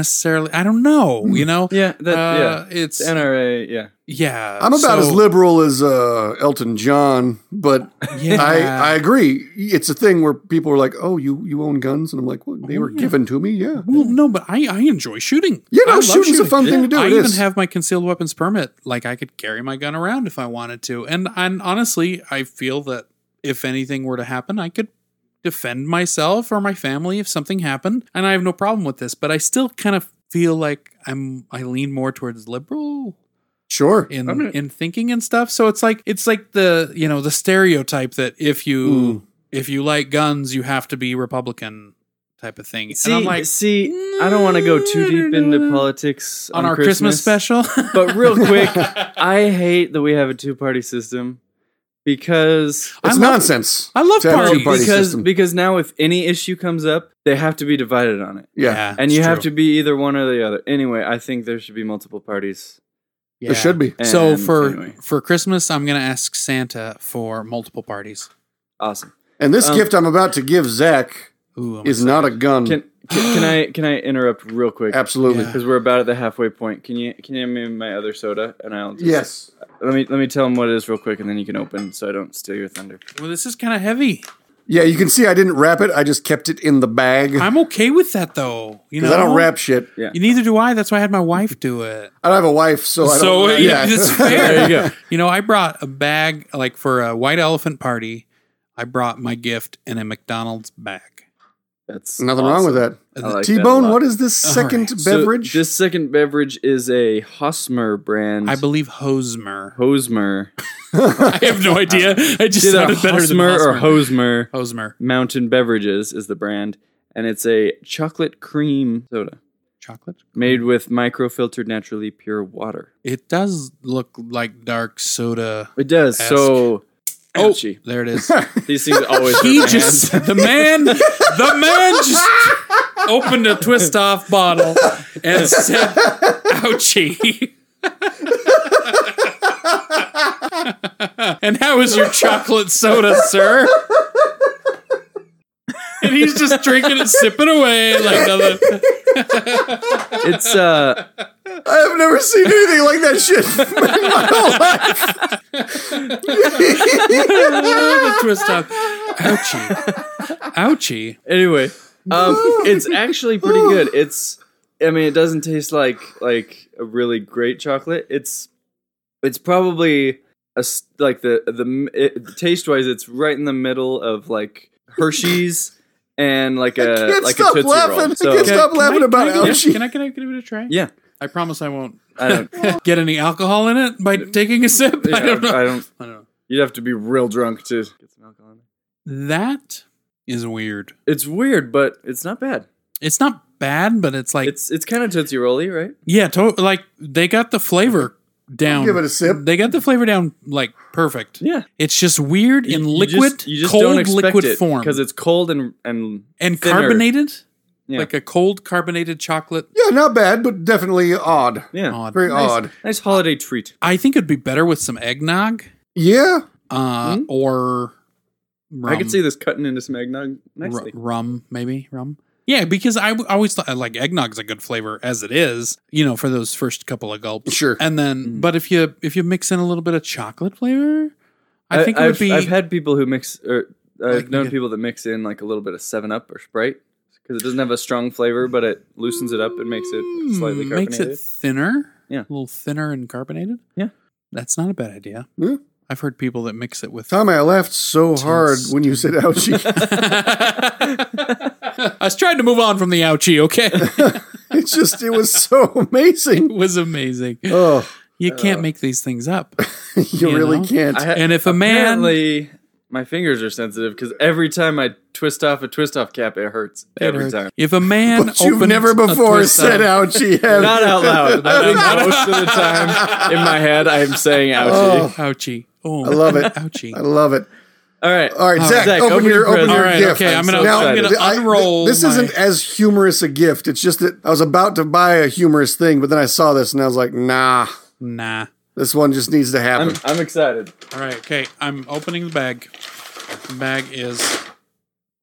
S1: necessarily. I don't know. You know,
S2: Yeah, that,
S1: uh, it's
S2: yeah. NRA, yeah.
S1: yeah.
S3: I'm about
S1: so-
S3: as liberal as uh, Elton John, but
S1: Yeah,
S3: I, I agree. It's a thing where people are like, "Oh, you you own guns," and I'm like, "Well, they
S1: Oh,
S3: were
S1: yeah.
S3: given to me." Yeah,
S1: well, no, but I I enjoy shooting.
S3: yeah.
S1: I
S3: No,
S1: love
S3: shooting's a fun thing to do.
S1: I
S3: It
S1: even
S3: is.
S1: have my concealed weapons permit. Like I could carry my gun around if I wanted to. And and honestly, I feel that if anything were to happen, I could defend myself or my family if something happened. And I have no problem with this, but I still kind of feel like I'm I lean more towards liberal
S3: sure.
S1: in
S2: I'm gonna-
S1: in thinking and stuff. So it's like it's like the, you know, the stereotype that if you
S3: Mm.
S1: if you like guns, you have to be Republican type of thing.
S2: See,
S1: and I'm like
S2: see, I don't want to go too deep into politics
S1: on, our Christmas, special.
S2: but real quick, I hate that we have a two-party system because
S1: I
S3: It's
S1: love-
S3: nonsense.
S1: I love
S3: To have a
S1: parties.
S3: two-party
S2: because
S3: system.
S2: because now if any issue comes up, they have to be divided on it,
S3: Yeah,
S2: and you have to be either one or the other. Anyway, I think there should be multiple parties.
S3: there should be.
S2: And
S1: So for
S2: anyway,
S1: for Christmas, I'm gonna ask Santa for multiple parties.
S2: awesome.
S3: And this
S2: Um,
S3: gift I'm about to give Zach
S1: Ooh, I'm
S3: is
S1: excited.
S3: not a gun.
S2: Can, can can I can I interrupt real quick?
S3: Absolutely.
S1: Yeah.
S2: Because we're about at the halfway point. Can you can you hand me my other soda and I'll just,
S3: Yes.
S2: Let me let me tell him what it is real quick and then you can open so I don't steal your thunder.
S1: Well, this is kind of heavy.
S3: Yeah, you can see I didn't wrap it. I just kept it in the bag because
S1: I'm okay with that though. You know,
S3: I don't wrap shit.
S2: Yeah.
S1: You neither do I. That's why I had my wife do it.
S3: I don't have a wife, so Oh, I
S1: So
S3: don't.
S1: yeah, it's fair.
S2: There you go.
S1: You know, I brought a bag like for a white elephant party. I brought my gift in a McDonald's bag.
S2: That's
S3: Nothing
S2: awesome.
S3: wrong with that.
S2: I like that a
S3: T-Bone,
S2: lot.
S3: what is this
S1: All right.
S3: second
S2: So
S3: beverage?
S2: this second beverage is a Hosmer brand.
S1: I believe Hosmer.
S2: Hosmer.
S1: I have no idea. I just
S2: It's either
S1: sounded better than
S2: Hosmer or
S1: Hosmer.
S2: Hosmer
S1: Hosmer
S2: Mountain Beverages is the brand, and it's a chocolate cream soda
S1: chocolate.
S2: made with microfiltered naturally pure water.
S1: It does look like dark soda.
S2: It does. So,
S1: Oh,
S2: ouchie.
S1: there it is.
S2: These things always.
S1: he
S2: hurt my
S1: just
S2: hands.
S1: the man, the man just opened a twist off bottle and said, "Ouchie." and how is your chocolate soda, sir? And he's just drinking it, sipping away like nothing.
S2: It's uh.
S3: I have never seen anything like that shit in my whole life.
S1: the twist off. Ouchie. Ouchie.
S2: Anyway, um, it's actually pretty good. It's. I mean, it doesn't taste like like a really great chocolate. It's. It's probably a s like the the it, taste wise, it's right in the middle of like Hershey's and like a
S3: can't
S2: like
S3: stop
S2: a tootsie
S3: laughing. I
S2: roll. So
S3: can't Stop
S1: Can I-
S3: laughing
S1: can I
S3: about
S1: give it-
S3: Ouchie.
S1: Can I, can I give it a try?
S2: yeah,
S1: I promise I won't
S2: I don't.
S1: get any alcohol in it by taking a sip.
S2: yeah,
S1: I don't know.
S2: I don't.
S1: I don't know.
S2: You'd have to be real drunk to get some alcohol. In.
S1: That is weird.
S2: it. It's weird, but it's not bad.
S1: It's not bad, but it's like
S2: It's it's kind of tootsie rolly, right?
S1: yeah, to- like they got the flavor down.
S3: Give it a sip.
S1: They got the flavor down like perfect.
S2: Yeah,
S1: It's just weird in liquid, cold liquid form,
S2: because it's cold and and
S1: and
S2: thinner.
S1: carbonated,
S2: Yeah.
S1: like a cold carbonated chocolate.
S3: Yeah, not bad, but definitely odd.
S2: Yeah,
S1: Odd.
S3: Very
S2: Nice-
S3: odd.
S2: Nice holiday treat.
S1: I think it'd be better with some eggnog
S3: Yeah.
S1: uh,
S2: Mhm.
S1: or
S2: I could
S1: rum.
S2: see this cutting into some eggnog nicely.
S1: Ru- rum, maybe rum. Yeah, because I w- always thought like eggnog's a good flavor as it is, you know, for those first couple of gulps.
S3: Sure.
S1: And then,
S2: Mm.
S1: but if you if you mix in a little bit of chocolate flavor, I, think it
S2: have
S1: would be
S2: I've had people who mix, or I've
S1: Like,
S2: known
S1: yeah.
S2: people that mix in like a little bit of Seven Up or Sprite because it doesn't have a strong flavor, but it loosens it up and makes it slightly
S1: Mm,
S2: carbonated.
S1: makes it thinner.
S2: Yeah.
S1: a little thinner and carbonated.
S2: Yeah. Hmm?
S1: that's not a bad idea.
S3: Yeah.
S1: I've heard people that mix it with.
S2: Oh.
S3: Tommy, I laughed so hard when you said ouchie.
S1: I was trying to move on from the ouchie. Okay,
S3: it's just, it was so amazing.
S1: it was amazing.
S3: Oh,
S1: You can't make these things up.
S3: you,
S1: You
S3: really
S1: know?
S3: can't.
S2: I ha-
S1: And if a man-
S2: apparently, my fingers are sensitive because every time I twist off a twist off cap, it hurts every time.
S1: If a man
S3: but you've
S1: opens
S3: never
S1: a
S3: before
S1: twist
S3: said
S1: up-
S3: ouchie. have
S2: Not
S3: you?
S2: out loud. I think most of the time in my head, I'm saying ouchie.
S3: Oh,
S1: ouchie, oh,
S3: I love it.
S1: ouchie.
S3: I love it.
S2: All right.
S3: All right, Zach,
S2: Zach,
S3: open,
S2: open
S3: your,
S2: your
S3: open
S2: present.
S3: your
S2: All
S1: right,
S3: gift.
S1: okay, I'm gonna-
S2: I'm gonna
S3: th- I- th-
S1: unroll
S3: This
S1: my-
S3: isn't as humorous a gift. It's just that I was about to buy a humorous thing, but then I saw this and I was like, nah,
S1: Nah.
S3: this one just needs to happen.
S2: I'm, I'm excited.
S1: All right, okay. I'm opening the bag. The bag is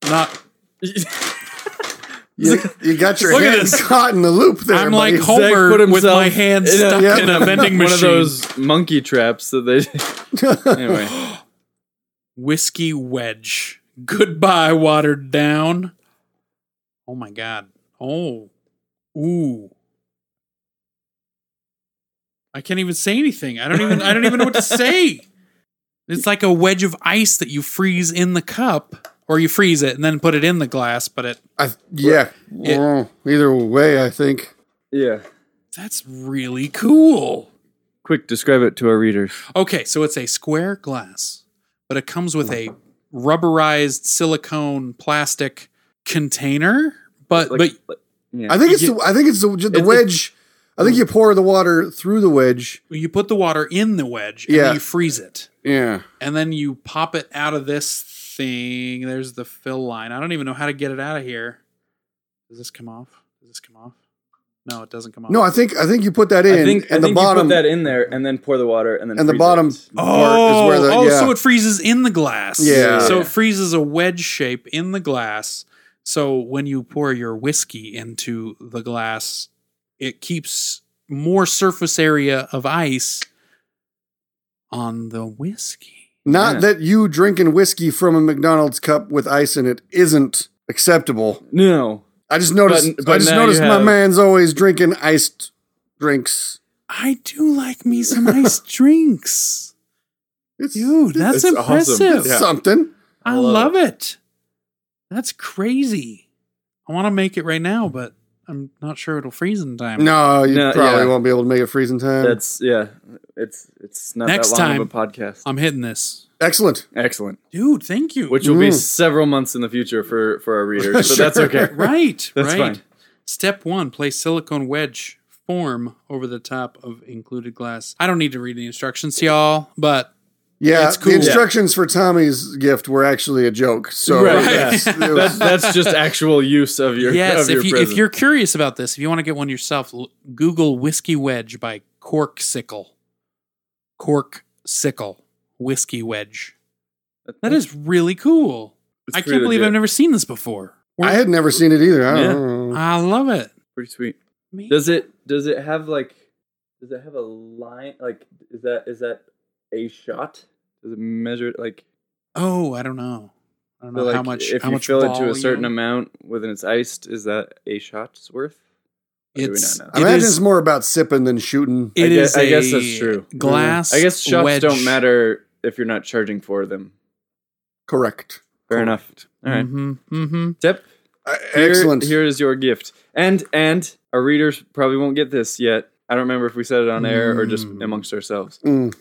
S1: not
S3: You, you got your
S1: Look at
S3: hands
S1: this.
S3: caught in the loop there.
S1: I'm
S3: buddy.
S1: like Homer
S2: put
S1: with
S2: himself
S1: my hands
S2: in a-
S1: stuck
S3: yeah.
S1: in a vending machine.
S2: One of those monkey traps that they. anyway,
S1: whiskey wedge. Goodbye, watered down. Oh my god. Oh. Ooh. I can't even say anything. I don't even I don't even know what to say. It's like a wedge of ice that you freeze in the cup or you freeze it and then put it in the glass, but it
S3: I, yeah.
S1: Yeah.
S3: Well, either way, I think.
S2: yeah.
S1: that's really cool.
S2: Quick, describe it to our readers.
S1: Okay, so it's a square glass, but it comes with a rubberized silicone plastic container, but
S2: Like-
S1: but
S2: like- yeah.
S3: I think it's the, I think it's the, the
S2: it- Mm.
S3: wedge. I think you pour the water through the wedge.
S1: you put the water in the wedge and
S3: Yeah.
S1: then you freeze it
S3: Yeah.
S1: and then you pop it out of this thing there's the fill line i don't even know how to get it out of here does this come off does this come off no it doesn't come off
S3: No, I think I think you put that in,
S2: I think,
S3: and
S2: I
S3: the
S2: think
S3: bottom.
S2: you put that in there and then pour the water and then
S3: And the
S2: freeze
S3: bottom-
S2: it.
S1: oh,
S3: where the-
S1: oh
S3: yeah.
S1: so it freezes in the glass
S3: Yeah.
S1: so
S2: Yeah.
S1: it freezes a wedge shape in the glass so when you pour your whiskey into the glass it keeps more surface area of ice on the whiskey
S3: Not
S2: Yeah.
S3: that you drinking whiskey from a McDonald's cup with ice in it isn't acceptable.
S2: No,
S3: I just noticed.
S2: But- but
S3: I just
S2: now you
S3: noticed my
S2: have-
S3: man's always drinking iced drinks.
S1: I do like me some ice drinks.
S3: It's,
S1: Dude, that's
S4: It's awesome.
S1: impressive.
S3: it's
S4: Yeah.
S3: something.
S1: I love it. That's crazy. I want to make it right now, but I'm not sure it'll freeze in time.
S3: No, you
S2: No,
S3: probably
S2: yeah.
S3: won't be able to make it freezing time.
S2: that's yeah. It's it's not
S1: Next
S2: that long of a
S1: time. Um,
S2: podcast.
S1: I'm hitting this.
S3: excellent.
S2: Excellent,
S1: Dude, thank you.
S2: which will be
S3: Mm.
S2: several months in the future for for our readers, but that's
S3: Sure.
S2: okay.
S1: right,
S2: That's
S1: right.
S2: fine.
S1: Step one, place silicone wedge form over the top of included glass. I don't need to read the instructions to y'all, but
S3: Yeah,
S1: It's cool.
S3: the instructions for Tommy's gift were actually a joke. So
S2: Right,
S3: that's-
S2: yeah.
S3: it was-
S2: That's that's just actual use of your
S1: yes,
S2: Of your
S1: if, you,
S2: present.
S1: if you're curious about this, if you want to get one yourself, l- Google Whiskey Wedge by Corksicle. Corksicle. Whiskey Wedge. That is really cool.
S2: It's
S1: I
S2: pretty
S1: can't believe
S2: legit.
S1: I've never seen this before.
S3: I had never seen it either. I don't
S2: Yeah.
S3: know.
S1: I love it.
S2: pretty sweet.
S1: Man.
S2: Does it does it have like does it have a line like is that is that a shot? Does it measure like
S1: oh, I don't know. I don't know
S2: So, like,
S1: how much.
S2: if
S1: how
S2: you
S1: much
S2: fill it to a
S1: volume.
S2: certain amount when it's iced, is that a shot's worth? Or do we
S1: It's,
S2: not know?
S3: I
S1: it
S3: imagine
S1: is-
S3: it's more about sipping than shooting.
S1: it
S2: I guess-
S1: is
S2: I guess
S1: a
S2: that's true. Mm-hmm.
S1: Glass.
S2: I guess shots
S1: wedge.
S2: don't matter if you're not charging for them.
S3: Correct.
S2: Fair enough. All right.
S1: Mm-hmm, mm-hmm.
S2: Tip.
S3: Uh,
S2: Here,
S3: Excellent.
S2: Here is your gift. And and our readers probably won't get this yet. I don't remember if we said it on air or just
S1: Mm.
S2: amongst ourselves.
S3: Mm.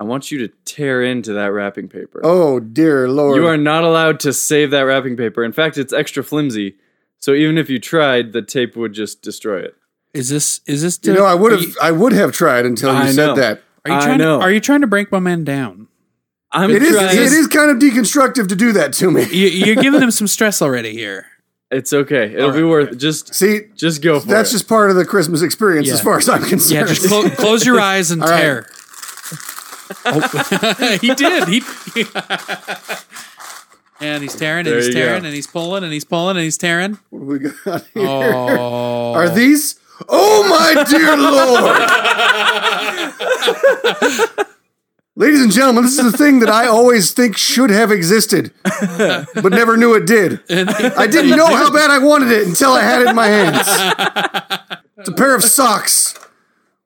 S2: I want you to tear into that wrapping paper.
S3: Oh dear lord.
S2: You are not allowed to save that wrapping paper. In fact, it's extra flimsy. So even if you tried, the tape would just destroy it.
S1: Is this is this?
S3: You
S1: to-
S3: know, I would
S1: are
S3: have.
S1: you-
S3: I would have tried until you
S2: I
S3: said
S2: know.
S3: that.
S1: Are you
S2: I
S1: trying?
S2: know.
S1: To, are you trying to break my man down?
S2: I'm
S3: It is.
S2: trying.
S3: It is kind of deconstructive to do that to me.
S1: You, you're giving him some stress already here.
S2: It's okay. It'll
S1: All
S2: be
S1: right,
S2: worth just
S3: See,
S2: just go for
S3: that's
S2: it.
S3: just part of the Christmas experience, as
S1: Yeah.
S3: far as I'm
S1: Yeah,
S3: concerned.
S1: just clo- close your eyes and
S3: All right.
S1: tear. Oh. he did. He and he's tearing and
S2: There
S1: he's
S2: you go.
S1: tearing and he's pulling and he's pulling and he's tearing.
S3: what do we got here?
S1: Oh,
S3: Are these? Oh my dear lord! Ladies and gentlemen, this is a thing that I always think should have existed, but never knew it did. I didn't know how bad I wanted it until I had it in my hands. It's a pair of socks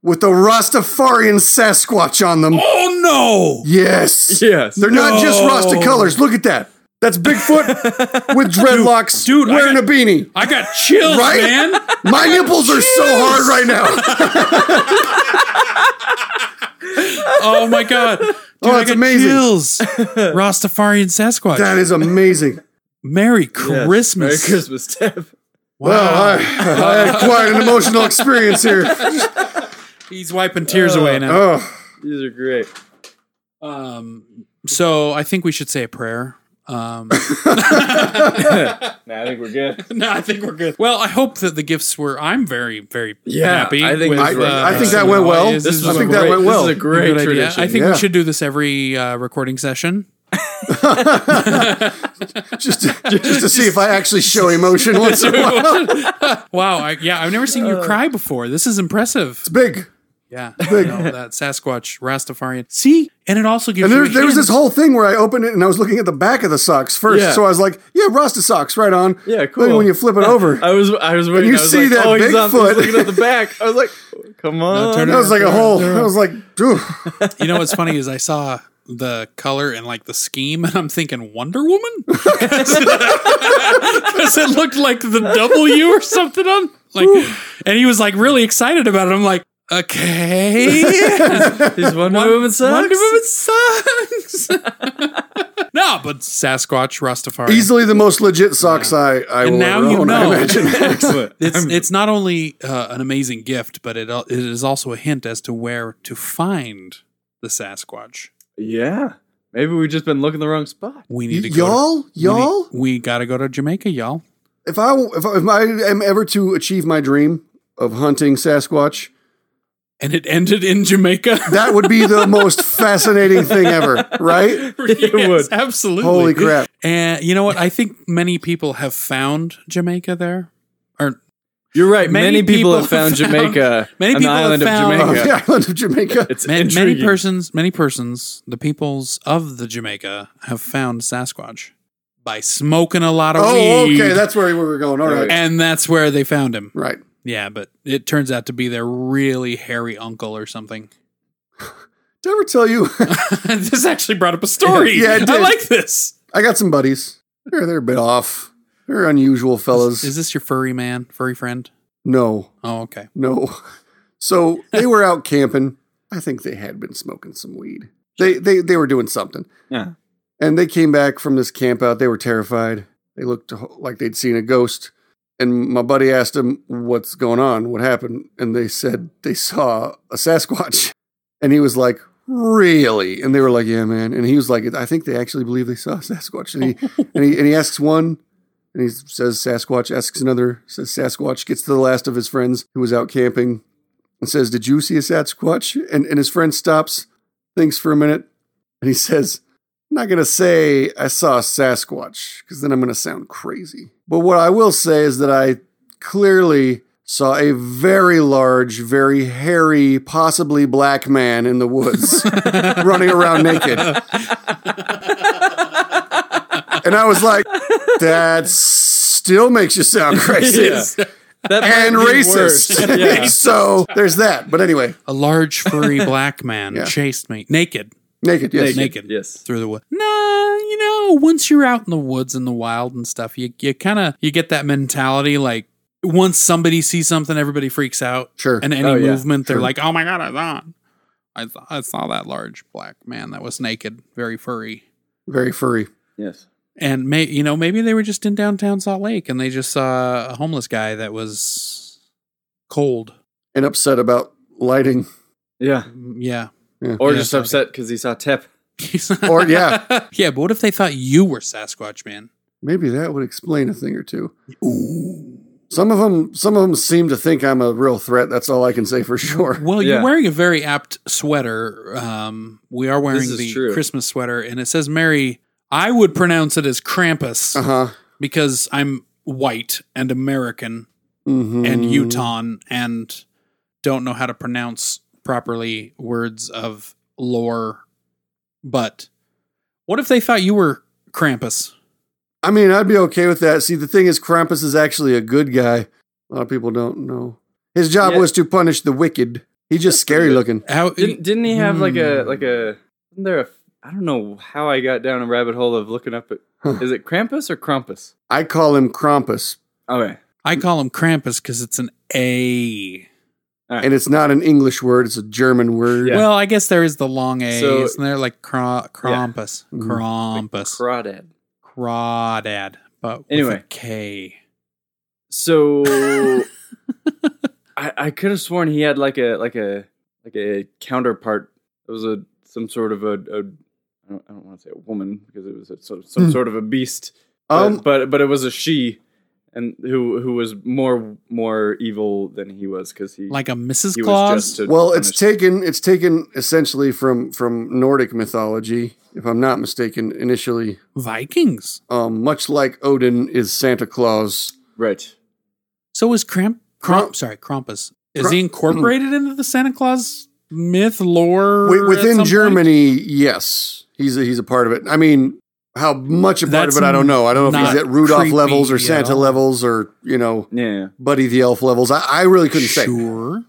S3: with the Rastafarian Sasquatch on them.
S1: oh no!
S3: Yes.
S2: yes.
S3: They're not just
S1: No.
S3: Rasta colors. Look at that. That's Bigfoot with dreadlocks
S1: Dude, dude, I
S3: wearing
S1: got-
S3: a beanie.
S1: I got chills,
S3: Right?
S1: man.
S3: My nipples are so hard right now.
S1: Oh my god! Dude,
S3: Oh,
S1: I
S3: it's
S1: got
S3: amazing.
S1: Chills. Rastafarian Sasquatch.
S3: That is amazing.
S1: Merry
S2: Yes. Merry
S1: Christmas.
S2: Christmas, Steph.
S1: Wow.
S3: Well, I, I had quite an emotional experience here.
S1: he's wiping tears away now.
S3: Oh,
S2: These are great.
S1: Um, so I think we should say a prayer. Um.
S2: Nah, I think we're good.
S1: No, I think we're good. Well, I hope that the gifts were. I'm very, very
S2: Yeah,
S1: happy.
S2: I think
S1: with, uh,
S2: this was- I think
S3: that went well.
S1: This
S3: This
S1: is
S3: was
S1: a
S3: think that
S2: great-
S3: went well.
S2: This is a great
S1: good idea.
S2: tradition.
S1: I think
S3: Yeah.
S1: we should do this every uh, recording session.
S3: just, to, just to see if I actually show emotion once in a while.
S1: wow. I, yeah, I've never seen you cry before. This is impressive.
S3: It's big.
S1: Yeah. I know that Sasquatch Rastafarian. See? And it also gives
S3: And
S1: you
S3: there,
S1: a
S3: there was
S1: hint.
S3: this whole thing where I opened it and I was looking at the back of the socks first.
S2: Yeah.
S3: So I was like, yeah, Rasta socks, right on.
S2: Yeah,
S3: Then
S2: cool.
S3: when you flip it over,
S2: I was I was waiting.
S3: you
S2: I was
S3: see
S2: like,
S3: that
S2: oh, he's, on, he's
S3: Bigfoot."
S2: looking at the back. I was like, come on.
S1: turn
S3: that was like a whole, that was like, "Ooh."
S1: You know what's funny is I saw the color and like the scheme, and I'm thinking Wonder Woman because it looked like the W or something on like, and he was like really excited about it. I'm like, okay,
S2: He's Wonder Woman sucks.
S1: Wonder Woman sucks. no, but Sasquatch Rastafari.
S3: easily the most legit socks I, I will
S1: and now
S3: ever
S1: you
S3: own, I
S1: know
S3: imagine.
S1: it's it's not only uh, an amazing gift, but it al- it is also a hint as to where to find the Sasquatch.
S2: Yeah. Maybe we've just been looking the wrong spot.
S1: We need to go. to-
S3: y'all, y'all,
S1: We, need- we gotta go to Jamaica, y'all.
S3: if I if I, if I am ever to achieve my dream of hunting Sasquatch,
S1: And it ended in Jamaica.
S3: that would be the most fascinating thing ever, right?
S1: it
S2: would.
S1: absolutely.
S3: Holy crap!
S1: And you know what? I think many people have found Jamaica there. Or
S2: You're right.
S1: Many
S2: Many, people, have
S1: people
S2: found
S1: found-
S2: Jamaica
S1: many
S2: on the
S1: people have
S2: island of
S1: found-
S3: Oh,
S2: Jamaica.
S3: the island of Jamaica.
S2: It's
S1: ma- many
S2: intriguing.
S1: persons, many persons, the peoples of the Jamaica have found Sasquatch by smoking a lot of
S3: Oh,
S1: weed.
S3: okay, that's where we were going. All right,
S1: and that's where they found him.
S3: right.
S1: Yeah, but it turns out to be their really hairy uncle or something.
S3: Did I ever tell you
S1: this actually brought up a story.
S3: Yeah, it
S1: I
S3: did.
S1: like this.
S3: I got some buddies? They're they're a bit off. They're unusual fellas.
S1: Is this your furry man, furry friend?
S3: no,
S1: Oh, okay.
S3: no. So they were out camping. I think they had been smoking some weed. They they they were doing something.
S2: Yeah.
S3: And they came back from this camp out. They were terrified. They looked like they'd seen a ghost. And my buddy asked him, What's going on? What happened? And they said they saw a Sasquatch. And he was like, Really? And they were like, Yeah, man. And he was like, I think they actually believe they saw a Sasquatch. And he, and he, and he asks one, and he says Sasquatch, asks another, says Sasquatch, gets to the last of his friends who was out camping and says, Did you see a Sasquatch? And, and his friend stops, thinks for a minute, and he says, I'm not going to say I saw a Sasquatch because then I'm going to sound crazy. But what I will say is that I clearly saw a very large, very hairy, possibly black man in the woods running around naked. and I was like, that still makes you sound crazy.
S2: Yeah. That
S3: And
S2: might be
S3: racist.
S2: worse. yeah.
S3: so there's that. But anyway,
S1: A large furry black man chased me naked
S3: naked. Yes.
S1: Naked.
S2: Yes.
S1: through the wood. Nah, you know, once you're out in the woods and the wild and stuff, you you kind of you get that mentality like once somebody sees something, everybody freaks out.
S3: Sure.
S1: And any
S2: Oh, yeah.
S1: movement, they're like, "Oh my god, I saw, I, th- I saw that large black man that was naked, very furry."
S3: Very furry.
S2: Yes.
S1: And may you know maybe they were just in downtown Salt Lake and they just saw a homeless guy that was cold.
S3: And upset about lighting.
S2: Yeah.
S1: Mm, Yeah.
S2: Or
S1: Yeah,
S2: just
S1: sorry.
S2: upset because he saw Tip.
S3: Or, yeah.
S1: yeah, but what if they thought you were Sasquatch man?
S3: Maybe that would explain a thing or two. Some of them, some of them seem to think I'm a real threat. That's all I can say for sure.
S1: Well, you're
S2: Yeah.
S1: wearing a very apt sweater. Um, we are wearing
S2: is
S1: the
S2: true.
S1: Christmas sweater, and it says Mary. I would pronounce it as Krampus
S3: Uh huh.
S1: because I'm white and American
S3: Mm-hmm.
S1: and Utah and don't know how to pronounce properly words of lore. But what if they thought you were Krampus?
S3: I mean, I'd be okay with that. See, the thing is, Krampus is actually a good guy. A lot of people don't know. His job
S2: Yeah.
S3: was to punish the wicked. He's just scary looking.
S1: How
S2: Didn't, didn't he have like a
S1: Hmm.
S2: like a? Isn't there a? I don't know how I got down a rabbit hole of looking up. At,
S3: Huh.
S2: is it Krampus or Krampus?
S3: I call him Krampus,
S2: Okay.
S1: I call him Krampus because it's an A.
S3: and it's not an English word; it's a German word.
S2: Yeah.
S1: Well, I guess there is the long A's,
S2: So-
S1: and they're like cra- Krampus,
S3: Mhm.
S2: Mm.
S1: Krampus,
S2: Crawdad.
S1: Crawdad, but with
S2: Anyway.
S1: a K.
S2: So I, I could have sworn he had like a like a like a counterpart. It was a some sort of a. a I don't, I
S1: Hmm.
S2: don't want to say a woman because it was a, so, some sort of a beast.
S3: Um,
S2: but, but but it was a she, and who who was more more evil than he was because he
S1: like a Mrs.
S2: he
S1: Claus.
S2: a
S3: Well, it's
S2: punished-
S3: taken it's taken essentially from from Nordic mythology, if I'm not mistaken. Initially,
S1: Vikings.
S3: um, much like Odin is Santa Claus.
S2: right.
S1: So is Kramp?
S3: Kramp-
S1: Kramp? Sorry, Krampus. Is
S3: Kramp-
S1: he incorporated into the Santa Claus myth lore
S3: Wi-
S1: at some
S3: within
S1: point?
S3: Germany, yes, he's a, he's a part of it. I mean, how much a part
S1: That's
S3: of it, I don't know. I don't know if he's
S1: not
S3: at Rudolph
S1: creepy
S3: levels or
S1: at
S3: Santa
S1: all.
S3: levels or you know
S2: Yeah, yeah.
S3: Buddy the Elf levels. I, I really couldn't say,
S1: sure.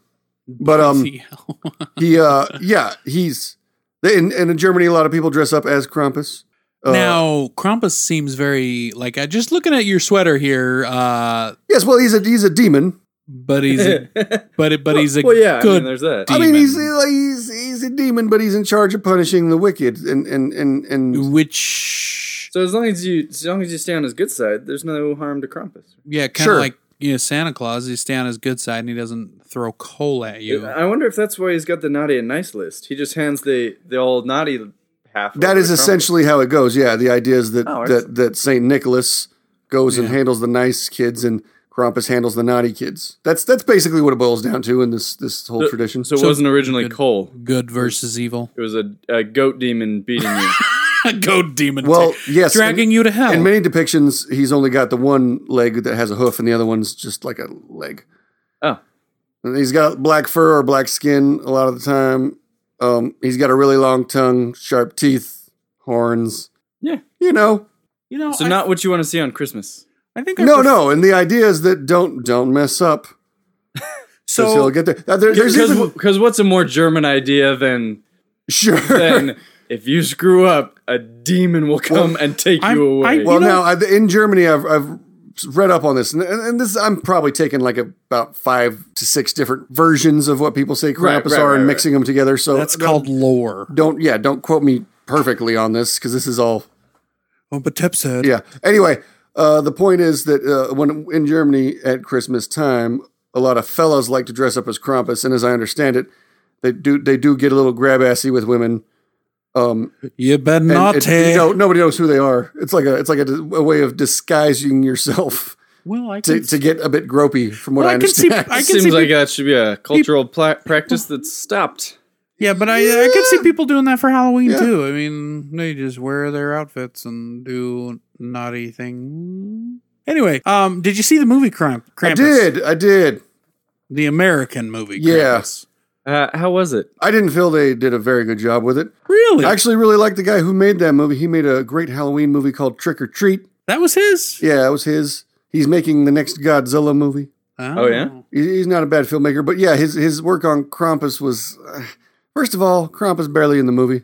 S3: but um,
S1: Bloody hell.
S3: he uh, yeah, he's they- and, and in Germany, a lot of people dress up as Krampus. Uh,
S1: now Krampus seems very like I just looking at your sweater here. Uh,
S3: yes, well, he's a he's a demon.
S1: but he's a, but it- but he's a
S2: well, yeah. I
S1: good
S2: mean, there's that.
S1: dude.
S3: I mean, he's
S1: demon.
S3: like, he's he's a demon, but he's in charge of punishing the wicked and and and and
S1: which
S2: So as long as you as long as you stay on his good side, there's no harm to Krampus.
S1: yeah, kind of
S3: Sure.
S1: like you know Santa Claus. He's staying on his good side and he doesn't throw coal at you.
S2: I wonder if that's why he's got the naughty and nice list. He just hands the the old naughty half. over
S3: that
S2: to
S3: is
S2: Krampus.
S3: essentially how it goes. Yeah, the idea is that
S2: Oh,
S3: that that Saint Nicholas goes and handles the nice kids, and Krampus handles the naughty kids. That's that's basically what it boils down to in this this whole
S2: So-
S3: tradition.
S2: So it
S1: So-
S2: wasn't originally
S1: Good.
S2: coal.
S1: Good versus evil.
S2: It was a, a goat demon beating you.
S1: Go demon.
S3: well, yes,
S1: dragging
S3: in,
S1: you to
S2: Oh.
S1: hell.
S3: in many depictions, he's only got the one leg that has a hoof, and the other one's just like a leg.
S2: Oh.
S3: And he's got black fur or black skin a lot of the time. Um, he's got a really long tongue, sharp teeth, horns.
S2: Yeah.
S3: you know,
S1: you know,
S2: So
S1: I,
S2: not what you want to see on Christmas.
S1: I think I
S3: no,
S1: pref-
S3: no. And the idea is that don't don't mess up. So he'll
S1: So
S3: get there. Uh, there- there's even
S2: Because what's a more German idea than
S3: sure.
S2: than if you screw up, a demon will come and take
S1: I'm-
S2: you away.
S1: I-
S3: well,
S1: you know-
S3: now I, in Germany, I've I've read up on this, and, and and this I'm probably taking like about five to six different versions of what people say Krampus
S2: Right, right,
S3: are
S2: right,
S3: and
S2: right.
S3: mixing them together. So
S1: that's
S3: don't-
S1: called lore.
S3: Don't yeah. Don't quote me perfectly on this because this is all
S1: Oh, but Tep said,
S3: yeah. Anyway, uh, the point is that uh, when in Germany at Christmas time, a lot of fellas like to dress up as Krampus, and as I understand it, they do they do get a little grab assy with women. Um,
S1: "You better
S3: and
S1: not
S3: it-
S1: take."
S3: you know, nobody knows who they are. It's like a it's like a, a way of disguising yourself
S1: well, I
S3: to,
S1: can,
S3: to get a bit gropey, from what
S1: Well,
S3: I
S1: I can see-
S3: understand.
S1: I can
S2: Seems
S1: see
S2: like
S1: peop-
S2: that should be a cultural pla- practice that's stopped.
S1: yeah, but I I can see people doing that for Halloween
S3: Yeah.
S1: too. I mean, they just wear their outfits and do naughty things. Anyway, um, did you see the movie Kramp- Krampus?
S3: I did, I did.
S1: the American movie.
S3: Yeah.
S1: Krampus?
S2: Uh, how was it?
S3: I didn't feel they did a very good job with it.
S1: really?
S3: I actually really like the guy who made that movie. He made a great Halloween movie called Trick or Treat.
S1: that was his.
S3: Yeah, it was his. He's making the next Godzilla movie.
S2: Oh, yeah?
S3: He- He's not a bad filmmaker, but yeah, his his work on Krampus was. Uh, First of all, Krampus barely in the movie.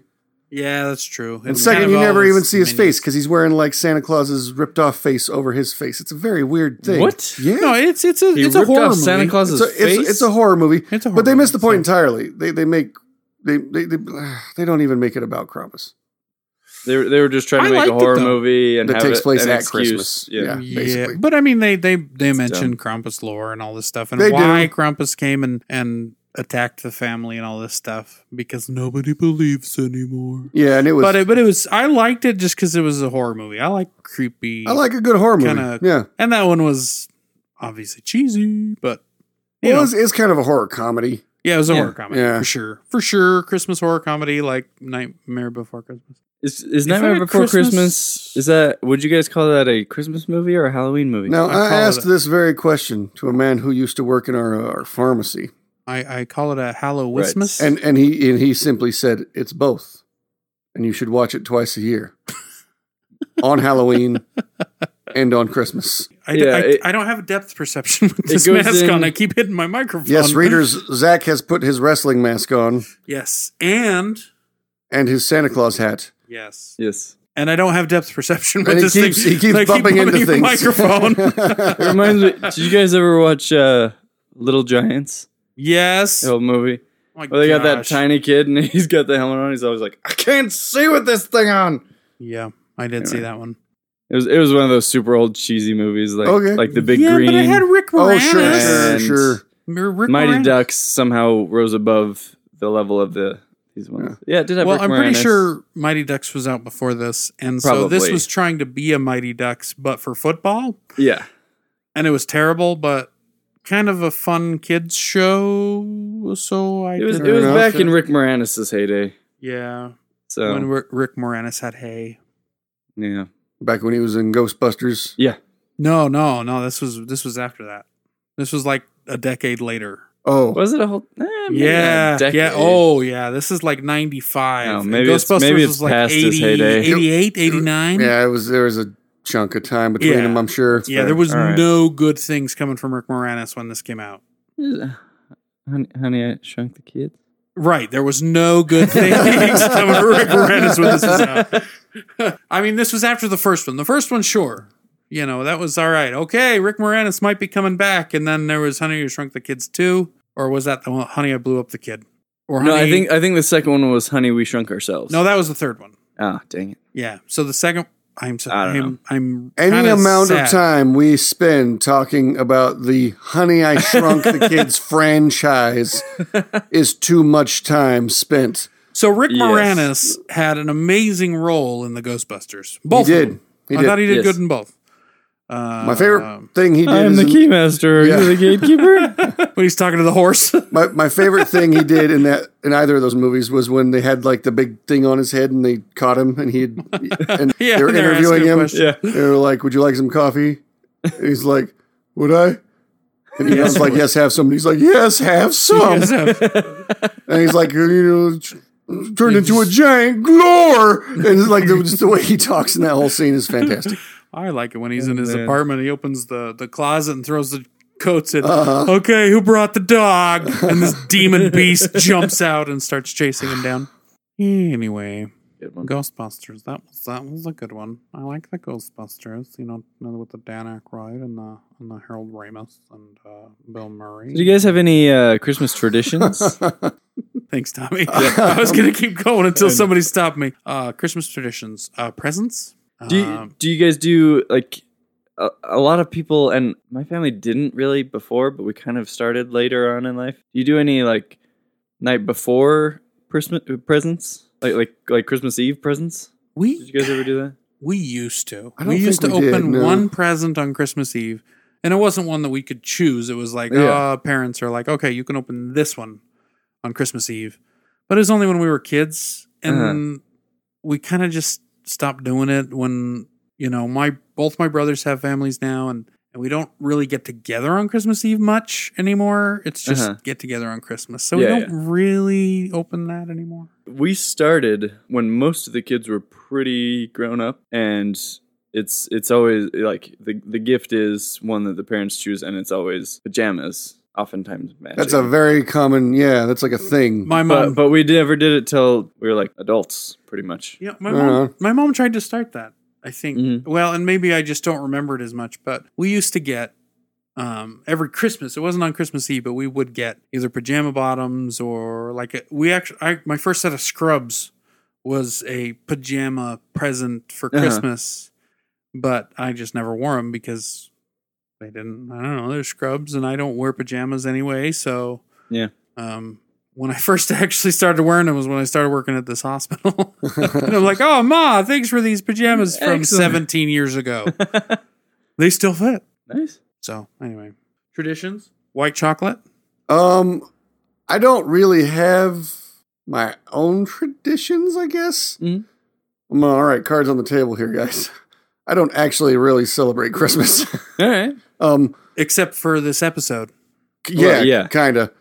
S1: yeah, that's true.
S3: And
S1: It's
S3: second,
S1: kind of
S3: you
S1: all
S3: never even see his
S1: minions.
S3: face because he's wearing like Santa Claus's ripped off face over his face. It's a very weird thing.
S2: What?
S3: Yeah.
S1: No, it's it's a
S2: He
S1: it's a
S2: ripped
S1: horror
S2: off
S1: movie.
S2: Santa Claus's
S3: it's, a,
S2: face.
S3: it's, it's a horror movie.
S1: It's a horror
S3: but they miss the
S1: movie,
S3: point
S1: so-
S3: entirely. They they make they they, they they don't even make it about Krampus.
S2: They were, they were just trying to
S1: I
S2: make a
S1: liked it,
S2: horror
S1: though.
S2: movie and
S3: That
S2: have
S3: takes
S2: it
S3: place
S2: an
S3: at
S2: excuse.
S3: Christmas.
S2: Yeah.
S3: Yeah. basically.
S1: but I mean, they they they mentioned Krampus lore and all this stuff, and
S3: They
S1: why
S3: do.
S1: Krampus came and and attacked the family and all this stuff because nobody believes anymore.
S3: Yeah, and it was.
S1: but it, but it was I liked it just because it was a horror movie. I like creepy.
S3: I like a good horror movie.
S1: kinda-
S3: yeah,
S1: and that one was obviously cheesy, but you
S3: well,
S1: know,
S3: it's, it's kind of a horror comedy.
S1: yeah, it was a
S2: Yeah.
S1: horror comedy
S3: Yeah.
S1: for sure, for sure. Christmas horror comedy like Nightmare Before Christmas.
S2: Is, is
S1: If I
S2: Nightmare
S1: had
S2: Before Christmas,
S1: Christmas-
S2: Is that would you guys call that a Christmas movie or a Halloween movie?
S3: Now
S1: I
S3: I,
S1: call it
S3: asked
S1: a-
S3: this very question to a man who used to work in our uh, our pharmacy,
S1: I I call it a Hallowismas.
S3: and and he and he simply said it's both, and you should watch it twice a year, on Halloween, and on Christmas.
S1: I,
S2: Yeah,
S1: I,
S2: it-
S1: I don't have a depth perception with this
S2: goes
S1: mask
S2: in-
S1: on. I keep hitting my microphone.
S3: Yes, readers, Zach has put his wrestling mask on
S1: Yes, and
S3: and his Santa Claus hat.
S1: yes,
S2: Yes.
S1: and I don't have depth perception with
S3: And he
S1: this
S3: keeps,
S1: thing.
S3: he keeps
S1: I keep
S3: bumping into
S1: your
S3: things.
S1: Microphone.
S2: It reminds me. Did you guys ever watch uh, Little Giants?
S1: yes.
S2: The old movie.
S1: Oh my
S2: Well, they got that
S1: gosh.
S2: tiny kid and he's got the helmet on. He's always like, I can't see with this thing on.
S1: Yeah, I did see that one.
S2: It was it was one of those super old cheesy movies like
S3: Okay.
S2: like the Big
S1: yeah,
S2: Green,
S1: but it had Rick Moranis.
S3: oh, sure, sure,
S2: And-
S3: sure.
S1: Mir- Rick
S2: Mighty
S1: Moranis.
S2: Ducks somehow rose above the level of the these ones. Yeah, it did have
S1: Well,
S2: Rick
S1: I'm pretty
S2: Moranis.
S1: sure Mighty Ducks was out before this, and so this
S2: Probably.
S1: was trying to be a Mighty Ducks, but for football.
S2: Yeah,
S1: and it was terrible, but kind of a fun kids show. So I
S2: It was
S1: did
S2: it was
S3: enough.
S2: back in Rick Moranis's heyday.
S1: yeah.
S2: So
S1: When Rick, Rick Moranis had hay.
S2: yeah,
S3: Back when he was in Ghostbusters.
S2: yeah.
S1: No, no, no. This was this was after that. This was like a decade later.
S3: Oh,
S2: Was it a whole? eh, maybe
S1: Yeah,
S2: a decade.
S1: yeah. Oh, yeah. This is like ninety five.
S2: Oh, maybe it's- maybe it's past his heyday.
S1: 88, 89.
S3: yeah. It was there was a chunk of time between
S1: Yeah.
S3: them. I'm sure.
S1: Yeah, there was
S2: All right.
S1: no good things coming from Rick Moranis when this came out.
S2: Honey, honey, I shrunk the kids.
S1: Right, there was no good things coming from Rick Moranis when this was out. I mean, this was after the first one. The first one, sure, you know that was all right. Okay, Rick Moranis might be coming back, and then there was Honey, You Shrunk the Kids too, or was that the one, Honey, I Blew Up the Kid? Or
S2: No, I
S1: Honey-
S2: think I think the second one was Honey, We Shrunk Ourselves.
S1: no, that was the third one.
S2: Ah, dang it.
S1: Yeah. So the second, I'm so-
S2: I don't
S1: I'm,
S2: know.
S1: I'm
S3: Any
S1: kinda
S3: amount
S1: sad.
S3: of time we spend talking about the Honey I Shrunk the Kids franchise is too much time spent.
S1: So Rick
S2: Yes.
S1: Moranis had an amazing role in the Ghostbusters. Both
S3: he
S1: of
S3: did.
S1: them.
S3: He
S1: I
S3: did.
S1: thought he did
S2: Yes.
S1: good in both. Uh,
S3: My favorite
S1: um,
S3: thing he did
S2: I am
S3: is
S2: the
S3: in-
S2: keymaster. Are
S3: Yeah.
S2: you the gatekeeper?
S1: when he's talking to the horse.
S3: My my favorite thing he did in that in either of those movies was when they had like the big thing on his head and they caught him and he had, and
S1: Yeah,
S3: they were
S1: they're asking
S3: interviewing
S1: him
S3: him.
S1: questions.
S2: Yeah.
S3: They were like, "Would you like some coffee?" And he's like, "Would I?" And he was like, "Yes, have some." And he's like, "Yes, have
S2: Um,
S3: some." And he's like, "You know, turned into a giant glore." And it's like the, just the way he talks in that whole scene is fantastic.
S1: I like it when he's in his
S2: man.
S1: apartment. He opens the, the closet and throws the coats in.
S2: Uh.
S3: Uh-huh.
S1: Okay, who brought the dog? And this demon beast jumps out and starts chasing him down. Anyway,
S2: Good one.
S1: Ghostbusters. That was that was a good one. I like the Ghostbusters. You know, with the Dan Aykroyd and the and the Harold Ramis and uh, Bill Murray.
S2: Do you guys have any uh, Christmas traditions?
S1: Thanks, Tommy. I was gonna keep going until somebody stopped me. Uh, Christmas traditions, uh, presents.
S2: do you,
S1: Um,
S2: do you guys do like a, a lot of people and my family didn't really before, but we kind of started later on in life. Do you do any like night before Christmas presents? Like like like Christmas Eve presents? Did
S1: we
S2: you guys ever do that?
S1: we used to.
S3: I don't
S1: We
S3: think
S1: used to
S3: we did,
S1: open
S3: no.
S1: one present on Christmas Eve, and it wasn't one that we could choose. It was like,
S3: Yeah.
S1: uh, parents are like, okay, you can open this one on Christmas Eve, but it was only when we were kids, and
S3: Uh-huh.
S1: we kind of just stopped doing it when you know my both my brothers have families now, and. And we don't really get together on Christmas Eve much anymore. It's just
S2: Uh-huh.
S1: get together on Christmas. So
S2: Yeah,
S1: we don't really open that anymore.
S2: we started when most of the kids were pretty grown up and it's it's always like the the gift is one that the parents choose and it's always pajamas oftentimes matching.
S3: That's a very common, yeah. That's like a thing.
S1: My mom,
S2: but, but we never did it till we were like adults pretty much
S1: yeah, my
S3: I
S1: mom,
S3: dunno.
S1: my mom tried to start that. I think.
S2: Mhm.
S1: Well, and maybe I just don't remember it as much. But we used to get um, every Christmas. It wasn't on Christmas Eve, but we would get either pajama bottoms or like a, we actually. I, my first set of scrubs was a pajama present for
S2: Uh-huh.
S1: Christmas, but I just never wore them because they didn't. I don't know. They're scrubs, and I don't wear pajamas anyway. So
S2: Yeah.
S1: Um, when I first actually started wearing them was when I started working at this hospital. and I'm like, oh ma, thanks for these pajamas from
S2: Excellent.
S1: 17 years ago. they still fit.
S2: nice
S1: So anyway, traditions: white chocolate.
S3: Um, I don't really have my own traditions, I guess.
S2: Mhm.
S3: I'm all right. Cards on the table here, guys. I don't actually really celebrate Christmas.
S2: all right
S3: um,
S1: Except for this episode,
S3: yeah,
S2: Well, yeah.
S3: yeah, kind of.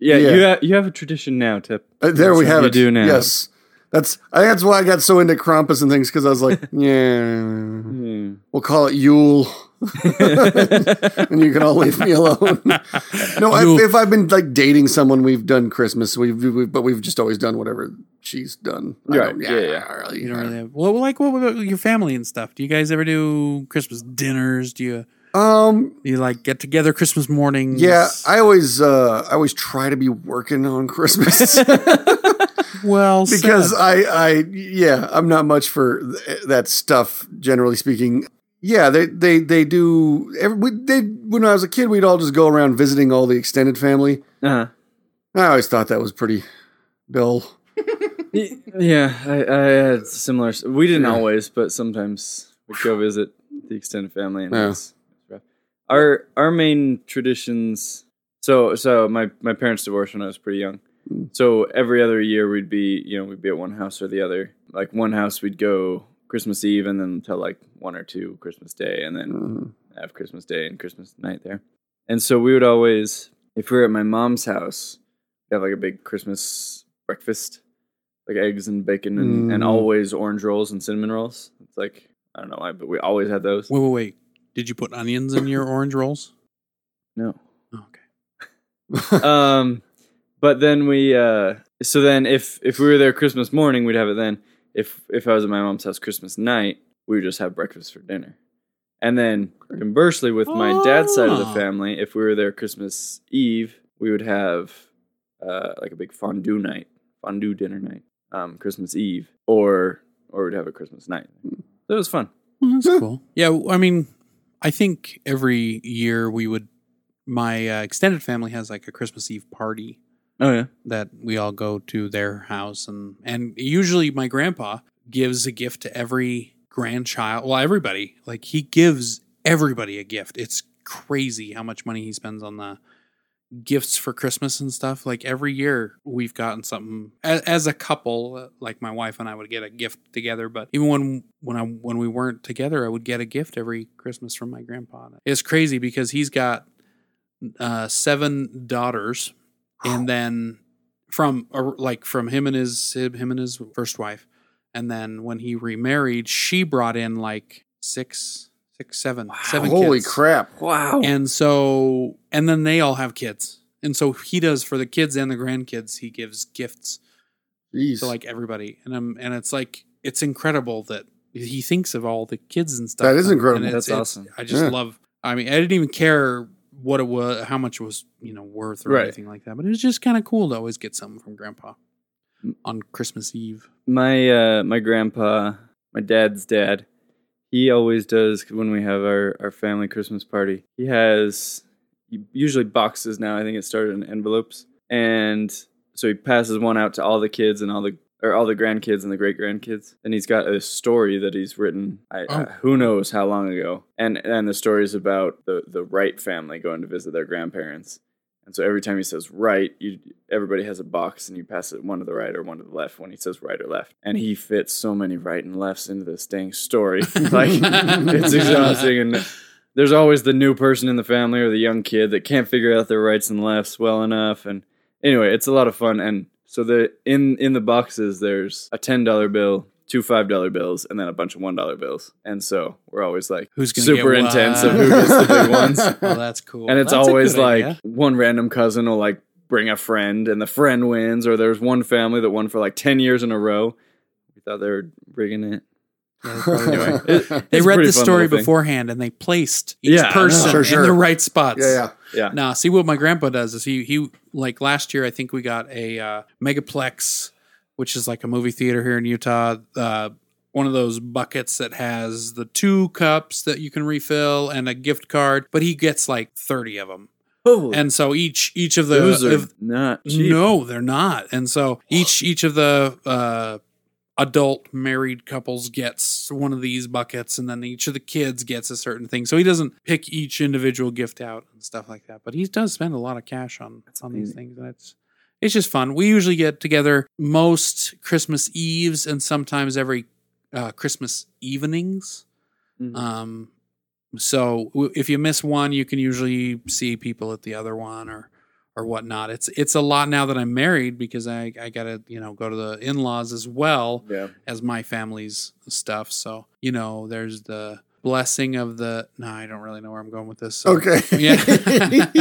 S2: yeah,
S3: Yeah.
S2: you have you have a tradition now tip
S3: Uh, there we
S2: That's
S3: have
S2: what
S3: it.
S2: you do now.
S3: Yes, that's I think that's why I got so into Krampus and things because I was like, yeah,
S2: Hmm.
S3: we'll call it Yule, and you can all leave me alone. no, I,
S1: Yule.
S3: if I've been like dating someone, we've done Christmas. We've, we've but we've just always done whatever she's done.
S2: Right.
S3: I don't-
S2: Yeah, yeah.
S3: I really-
S1: you don't
S3: I
S1: really have. Well, like what about your family and stuff? Do you guys ever do Christmas dinners? Do you
S3: Um.
S1: do you like get together Christmas mornings?
S3: Yeah, I always uh, I always try to be working on Christmas
S1: well
S3: because I I yeah I'm not much for th- that stuff generally speaking. Yeah, they they they do. Every, we- they when I was a kid, we'd all just go around visiting all the extended family.
S2: uh-huh.
S3: I always thought that was pretty dull.
S2: Y- yeah I, I had similar s- we didn't
S3: Yeah.
S2: always but sometimes we go visit the extended family and
S3: Yeah.
S2: it's it's rough. Our our main traditions. So so my my parents divorced when I was pretty young.
S3: Mm.
S2: So every other year we'd be you know we'd be at one house or the other. Like one house we'd go Christmas Eve and then until like one or two Christmas Day and then
S3: Mhm.
S2: have Christmas Day and Christmas night there. And so we would always, if we were at my mom's house, we'd have like a big Christmas breakfast, like eggs and bacon and, and
S3: Mm.
S2: always orange rolls and cinnamon rolls. It's like, I don't know why, but we always had those.
S1: Wait, wait, wait. Did you put onions in your orange rolls?
S2: No.
S1: Oh, okay.
S2: Um, but then we, uh, so then if, if we were there Christmas morning, we'd have it then. If, if I was at my mom's house Christmas night, we would just have breakfast for dinner. And then conversely, with my dad's side of the
S1: Ah.
S2: family, if we were there Christmas Eve, we would have uh, like a big fondue night, fondue dinner night, um, Christmas Eve, or or we'd have a Christmas night. So it was fun.
S1: Well, that's
S3: Yeah.
S1: cool. Yeah, w- I mean, I think every year we would. My uh, extended family has like a Christmas Eve party
S2: Oh yeah,
S1: that we all go to their house, and and usually my grandpa gives a gift to every grandchild. Well, everybody. Like he gives everybody a gift. It's crazy how much money he spends on the gifts for Christmas and stuff. Like every year we've gotten something as, as a couple, uh, like my wife and I would get a gift together, but even when when I when we weren't together, I would get a gift every Christmas from my grandpa. It's crazy because he's got uh seven daughters and then from or, like from him and his him and his first wife and then when he remarried, she brought in like six six seven seven
S3: Holy
S1: kids.
S3: crap.
S2: wow.
S1: And so, and then they all have kids. And so he does for the kids and the grandkids, he gives gifts
S3: Jeez.
S1: to like everybody. And um, and it's like, it's incredible that he thinks of all the kids and stuff.
S3: That is
S1: And
S3: incredible.
S1: it's-
S2: That's
S1: it's-
S2: awesome.
S1: I just
S3: Yeah.
S1: love, I mean, I didn't even care what it was, how much it was, you know, worth or
S2: Right.
S1: anything like that. But it was just kind of cool to always get something from grandpa
S2: Mm.
S1: on Christmas Eve.
S2: my uh, my grandpa, my dad's dad, he always does when we have our our family Christmas party. He has usually boxes now. I think it started in envelopes, and so he passes one out to all the kids and all the or all the grandkids and the great grandkids. And he's got a story that he's written. I, uh,
S1: Oh.
S2: who knows how long ago. And and the story is about the the Wright family going to visit their grandparents. And so every time he says right, you everybody has a box and you pass it one to the right or one to the left when he says right or left. And he fits so many right and lefts into this dang story. like it's exhausting and there's always the new person in the family or the young kid that can't figure out their rights and lefts well enough and anyway it's a lot of fun and so the in in the boxes there's a $10 bill two $5 bills and then a bunch of $1 bills and so we're always like
S1: Who's gonna
S2: super
S1: get
S2: intense of
S1: what?
S2: who gets the big ones
S1: Oh, that's cool.
S2: and it's
S1: That's a
S2: always
S1: good
S2: like
S1: idea.
S2: one random cousin will like bring a friend and the friend wins or there's one family that won for like 10 years in a row we thought they were rigging it
S1: Yeah, probably-
S2: anyway it-
S1: They
S2: it's a
S1: read
S2: pretty
S1: the
S2: fun
S1: story
S2: little thing.
S1: beforehand and they placed each
S2: Yeah, I know.
S1: person
S3: Sure, sure.
S1: in the right spots.
S3: yeah, yeah.
S2: yeah
S1: Now, see what my grandpa does is he he like last year I think we got a uh, megaplex, which is like a movie theater here in Utah. Uh, one of those buckets that has the two cups that you can refill and a gift card, but he gets like thirty of them,
S2: Holy
S1: and so each each of the
S2: Those are
S1: if-
S2: not cheap.
S1: no, they're not. And so each each of the uh, adult married couples gets one of these buckets, and then each of the kids gets a certain thing. So he doesn't pick each individual gift out and stuff like that. But he does spend a lot of cash on on these
S2: amazing.
S1: things, and it's it's just fun. We usually get together most Christmas eves and sometimes every uh, Christmas evenings.
S3: Mm-hmm.
S2: Mhm.
S1: Um, so w- if you miss one, you can usually see people at the other one or or whatnot. It's it's a lot now that I'm married because I I gotta you know go to the in laws as well
S2: yeah.
S1: as my family's stuff. So you know there's the blessing of the. No, I don't really know where I'm going with this. so-
S3: Okay.
S1: Yeah.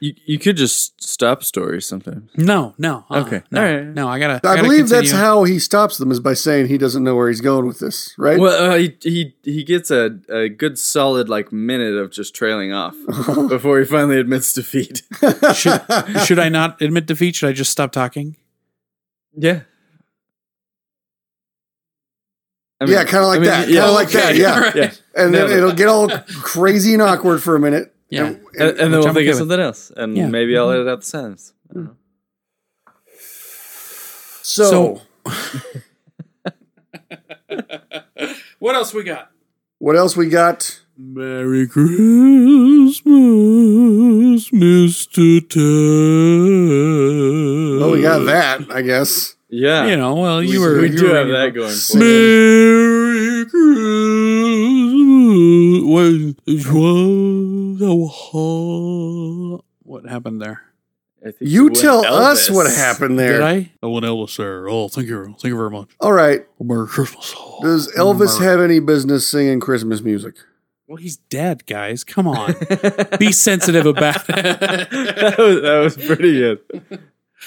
S2: You, you could just stop stories sometimes.
S1: no, no. uh-uh,
S2: Okay.
S1: No,
S2: All right.
S1: no, I gotta.
S3: I
S1: gotta
S3: believe that's
S1: continue.
S3: how he stops them is by saying he doesn't know where he's going with this, right?
S2: Well, uh, he, he he gets a, a good solid like minute of just trailing off before he finally admits defeat.
S1: should, should I not admit defeat? Should I just stop talking?
S2: Yeah. I
S3: yeah, kind of like
S2: I mean,
S3: that.
S2: yeah.
S3: kind of like that.
S1: Okay,
S3: Yeah,
S1: all right.
S2: yeah.
S3: and then
S2: No.
S3: it'll get all crazy and awkward for a minute.
S1: Yeah.
S3: And-
S2: And, and then
S1: Which
S2: we'll
S1: I'm
S2: think
S1: okay
S2: of
S1: with.
S2: something else, and
S1: Yeah.
S2: maybe I'll edit out the sentence. I don't know.
S3: so,
S1: So- what else we got?
S3: what else we got?
S1: Merry Christmas, Mr. Ted.
S3: Well, Oh, we got that, I guess.
S2: Yeah.
S1: You know, well, you
S3: We-
S1: were.
S3: we
S2: we
S1: you
S2: do
S1: were
S2: have
S1: reading
S2: that
S1: about-
S2: going for
S3: Smith.
S2: us.
S1: Merry Christmas. When it was our heart- What happened there?
S2: I think
S3: You
S2: went
S3: tell us
S2: Elvis.
S3: what happened there.
S1: Did I? I went Elvis there. Oh, thank you. Thank you very much.
S3: All right.
S1: Merry Christmas. Oh,
S3: Does Elvis
S1: Merry-
S3: have any business singing Christmas music?
S1: Well, he's dead, guys. Come on. Be sensitive about it.
S2: that, was, that was pretty good.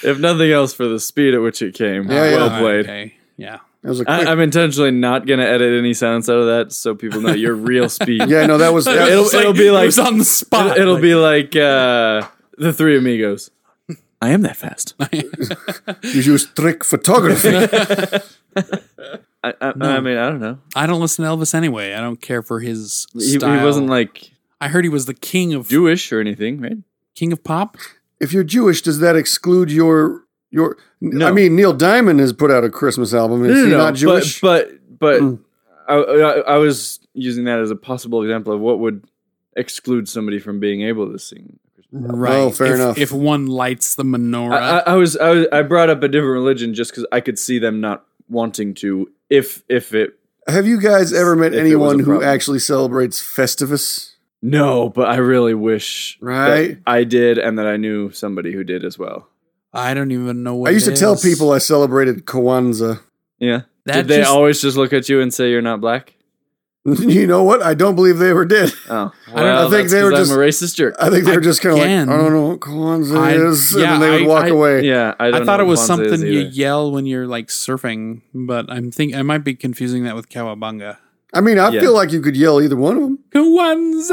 S2: If nothing else, for the speed at which it came,
S3: Yeah,
S2: well
S1: yeah.
S2: played.
S1: Okay. Yeah.
S3: That was a
S2: I,
S3: quick.
S2: I'm intentionally not going to edit any silence out of that, so people know your real speed.
S3: yeah, no, that was. That,
S2: It'll-
S1: It's like-
S2: it'll be
S1: it
S2: like-
S1: was on the spot.
S2: It'll be like uh, the Three Amigos. I am that fast.
S3: you used trick photography.
S2: I, I, I mean, I don't know.
S1: I don't listen to Elvis anyway. I don't care for his
S2: He, he
S1: style.
S2: wasn't like
S1: I heard he was the king of
S2: Jewish or anything, right?
S1: king of pop.
S3: if you're Jewish, does that exclude your your?
S2: No.
S3: I mean, Neil Diamond has put out a Christmas album. Is he not Jewish?
S2: But but, but
S3: Mm.
S2: I, I, I was using that as a possible example of what would exclude somebody from being able to sing.
S1: Right.
S3: Oh, fair
S1: if,
S3: enough.
S1: If one lights the menorah,
S2: I, I, I was I was I brought up a different religion just because I could see them not wanting to if if it
S3: Have you guys ever
S2: If
S3: met
S2: it was a
S3: anyone who
S2: problem.
S3: actually celebrates Festivus?
S2: no, but I really wish that
S3: Right.
S2: I did and that I knew somebody who did as well.
S1: I, don't even know what
S3: I used
S1: it
S3: to tell
S1: is.
S3: people I celebrated Kwanzaa.
S2: Yeah.
S1: That
S2: did they
S1: just-
S2: always just look at you and say you're not black?
S3: You know what? I don't believe they ever did.
S2: Oh,
S1: don't know.
S2: well,
S3: I think
S2: that's
S3: they were
S2: 'cause I'm a racist jerk.
S3: I think they were just kind of like,
S1: Again.
S3: I don't know what Kwanzaa
S1: I-
S3: is, and
S1: yeah,
S3: then they would
S1: I-
S3: walk
S1: I-
S3: away.
S2: Yeah, I,
S1: I
S2: don't
S1: thought
S2: know
S1: it was
S2: Kwanzaa is
S1: something you
S2: either.
S1: yell when you're like surfing, but I'm think I might be confusing that with cowabunga.
S3: I mean, I
S2: Yeah.
S3: feel like you could yell either one of them.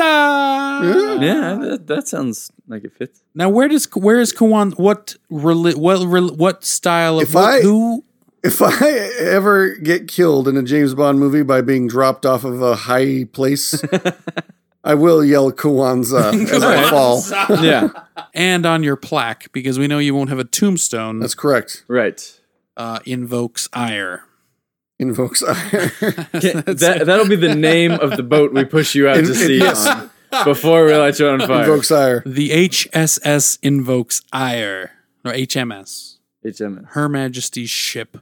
S1: Kwanzaa.
S2: Yeah, that, that sounds like it fits.
S1: Now, where does where is Kwanzaa? What reli- what reli- what style of
S3: If
S1: what,
S3: I-
S1: who?
S3: If I ever get killed in a James Bond movie by being dropped off of a high place, I will yell Kwanzaa as I fall.
S2: Yeah,
S1: And on your plaque, because we know you won't have a tombstone.
S3: That's correct.
S2: right.
S1: uh, invokes ire.
S3: Invokes ire.
S2: Can- that, that'll be the name of the boat we push you out
S3: In-
S2: to
S3: in-
S2: sea
S3: yes.
S2: on before we light you on fire.
S3: Invokes ire.
S1: The HSS invokes ire, or HMS,
S2: HMS.
S1: Her Majesty's ship.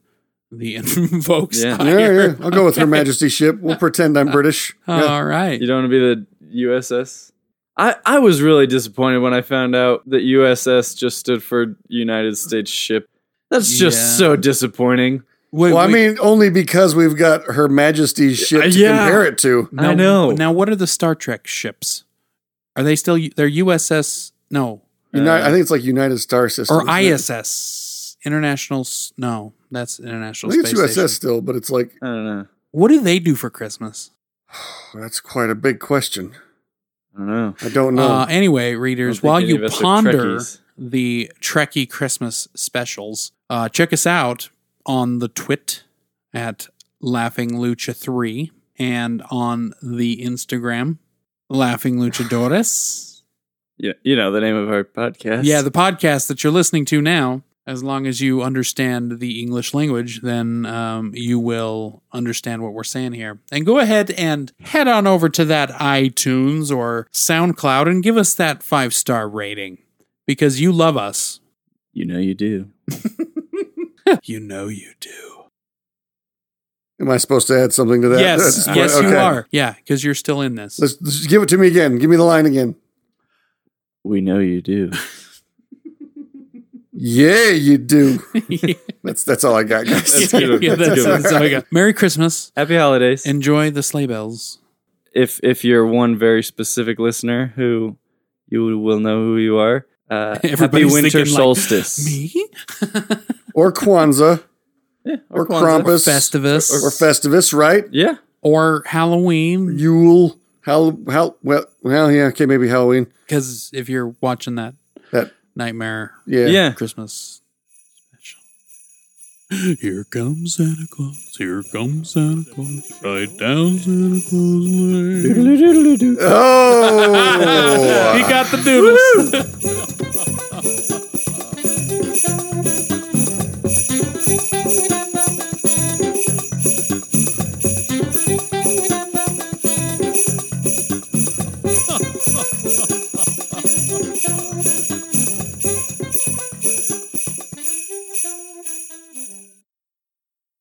S1: The invokes
S2: Yeah.
S3: Yeah,
S1: ire.
S3: yeah. I'll go with Her Majesty's ship. We'll pretend
S1: Uh,
S3: I'm British. Yeah.
S1: All right.
S2: You don't want to be the USS? I, I was really disappointed when I found out that USS just stood for United States Ship. That's just
S1: Yeah.
S2: so disappointing.
S1: Wait,
S3: Well, I
S1: wait. Uh,
S3: mean, only because we've got Her Majesty's ship to
S2: Yeah.
S3: compare it to.
S1: now,
S2: I know.
S1: Now, what are the Star Trek ships? Are they still they're USS? No,
S3: Uni-
S2: Uh,
S3: I think it's like United Star System.
S1: or
S3: isn't it?
S1: ISS? International? s- No, that's
S3: I
S1: International
S3: think it's
S1: Space
S3: USS
S1: Station.
S3: still, but it's like
S2: I don't know.
S1: What do they do for Christmas?
S3: that's quite a big question.
S2: I don't know.
S3: I don't know.
S1: Uh, anyway, readers,
S2: think
S1: while
S2: any of
S1: you
S2: us are
S1: ponder
S2: Trekkies.
S1: the Trekkie Christmas specials, uh, check us out on the Twit at Laughing Lucha 3 and on the Instagram, Laughing Luchadores.
S2: Yeah, you know the name of our podcast.
S1: Yeah, the podcast that you're listening to now, as long as you understand the English language, then um, you will understand what we're saying here. And go ahead and head on over to that iTunes or SoundCloud and give us that five star rating because you love us.
S2: you know you do.
S1: You know you do.
S3: Am I supposed to add something to that?
S1: yes,
S3: That's what-
S1: yes, you
S3: okay.
S1: are. Yeah, because you're still in this.
S3: Let's, let's give it to me again. Give me the line again.
S2: We know you do.
S3: Yeah, you do.
S1: yeah,
S3: That's that's all I got, guys.
S2: That's good.
S1: yeah, that's,
S2: That's good.
S1: that's all I got. Merry Christmas.
S2: Happy holidays.
S1: Enjoy the sleigh bells.
S2: if if you're one very specific listener who you will know who you are, uh, happy
S1: Everybody's
S2: winter
S1: thinking, like,
S2: solstice.
S1: Me?
S3: or Kwanzaa,
S2: Yeah,
S3: or
S2: Kwanzaa.
S3: Krampus,
S1: Festivus.
S3: or Festivus, right?
S2: Yeah,
S1: or Halloween.
S3: Yule, how how well well yeah okay maybe Halloween
S1: Because if you're watching that,
S3: That-
S1: Nightmare
S3: yeah
S2: yeah.
S1: Christmas special. Here comes Santa Claus. Here comes Santa Claus. Right down Santa Claus Lane.
S3: oh
S1: he got the doodles. song.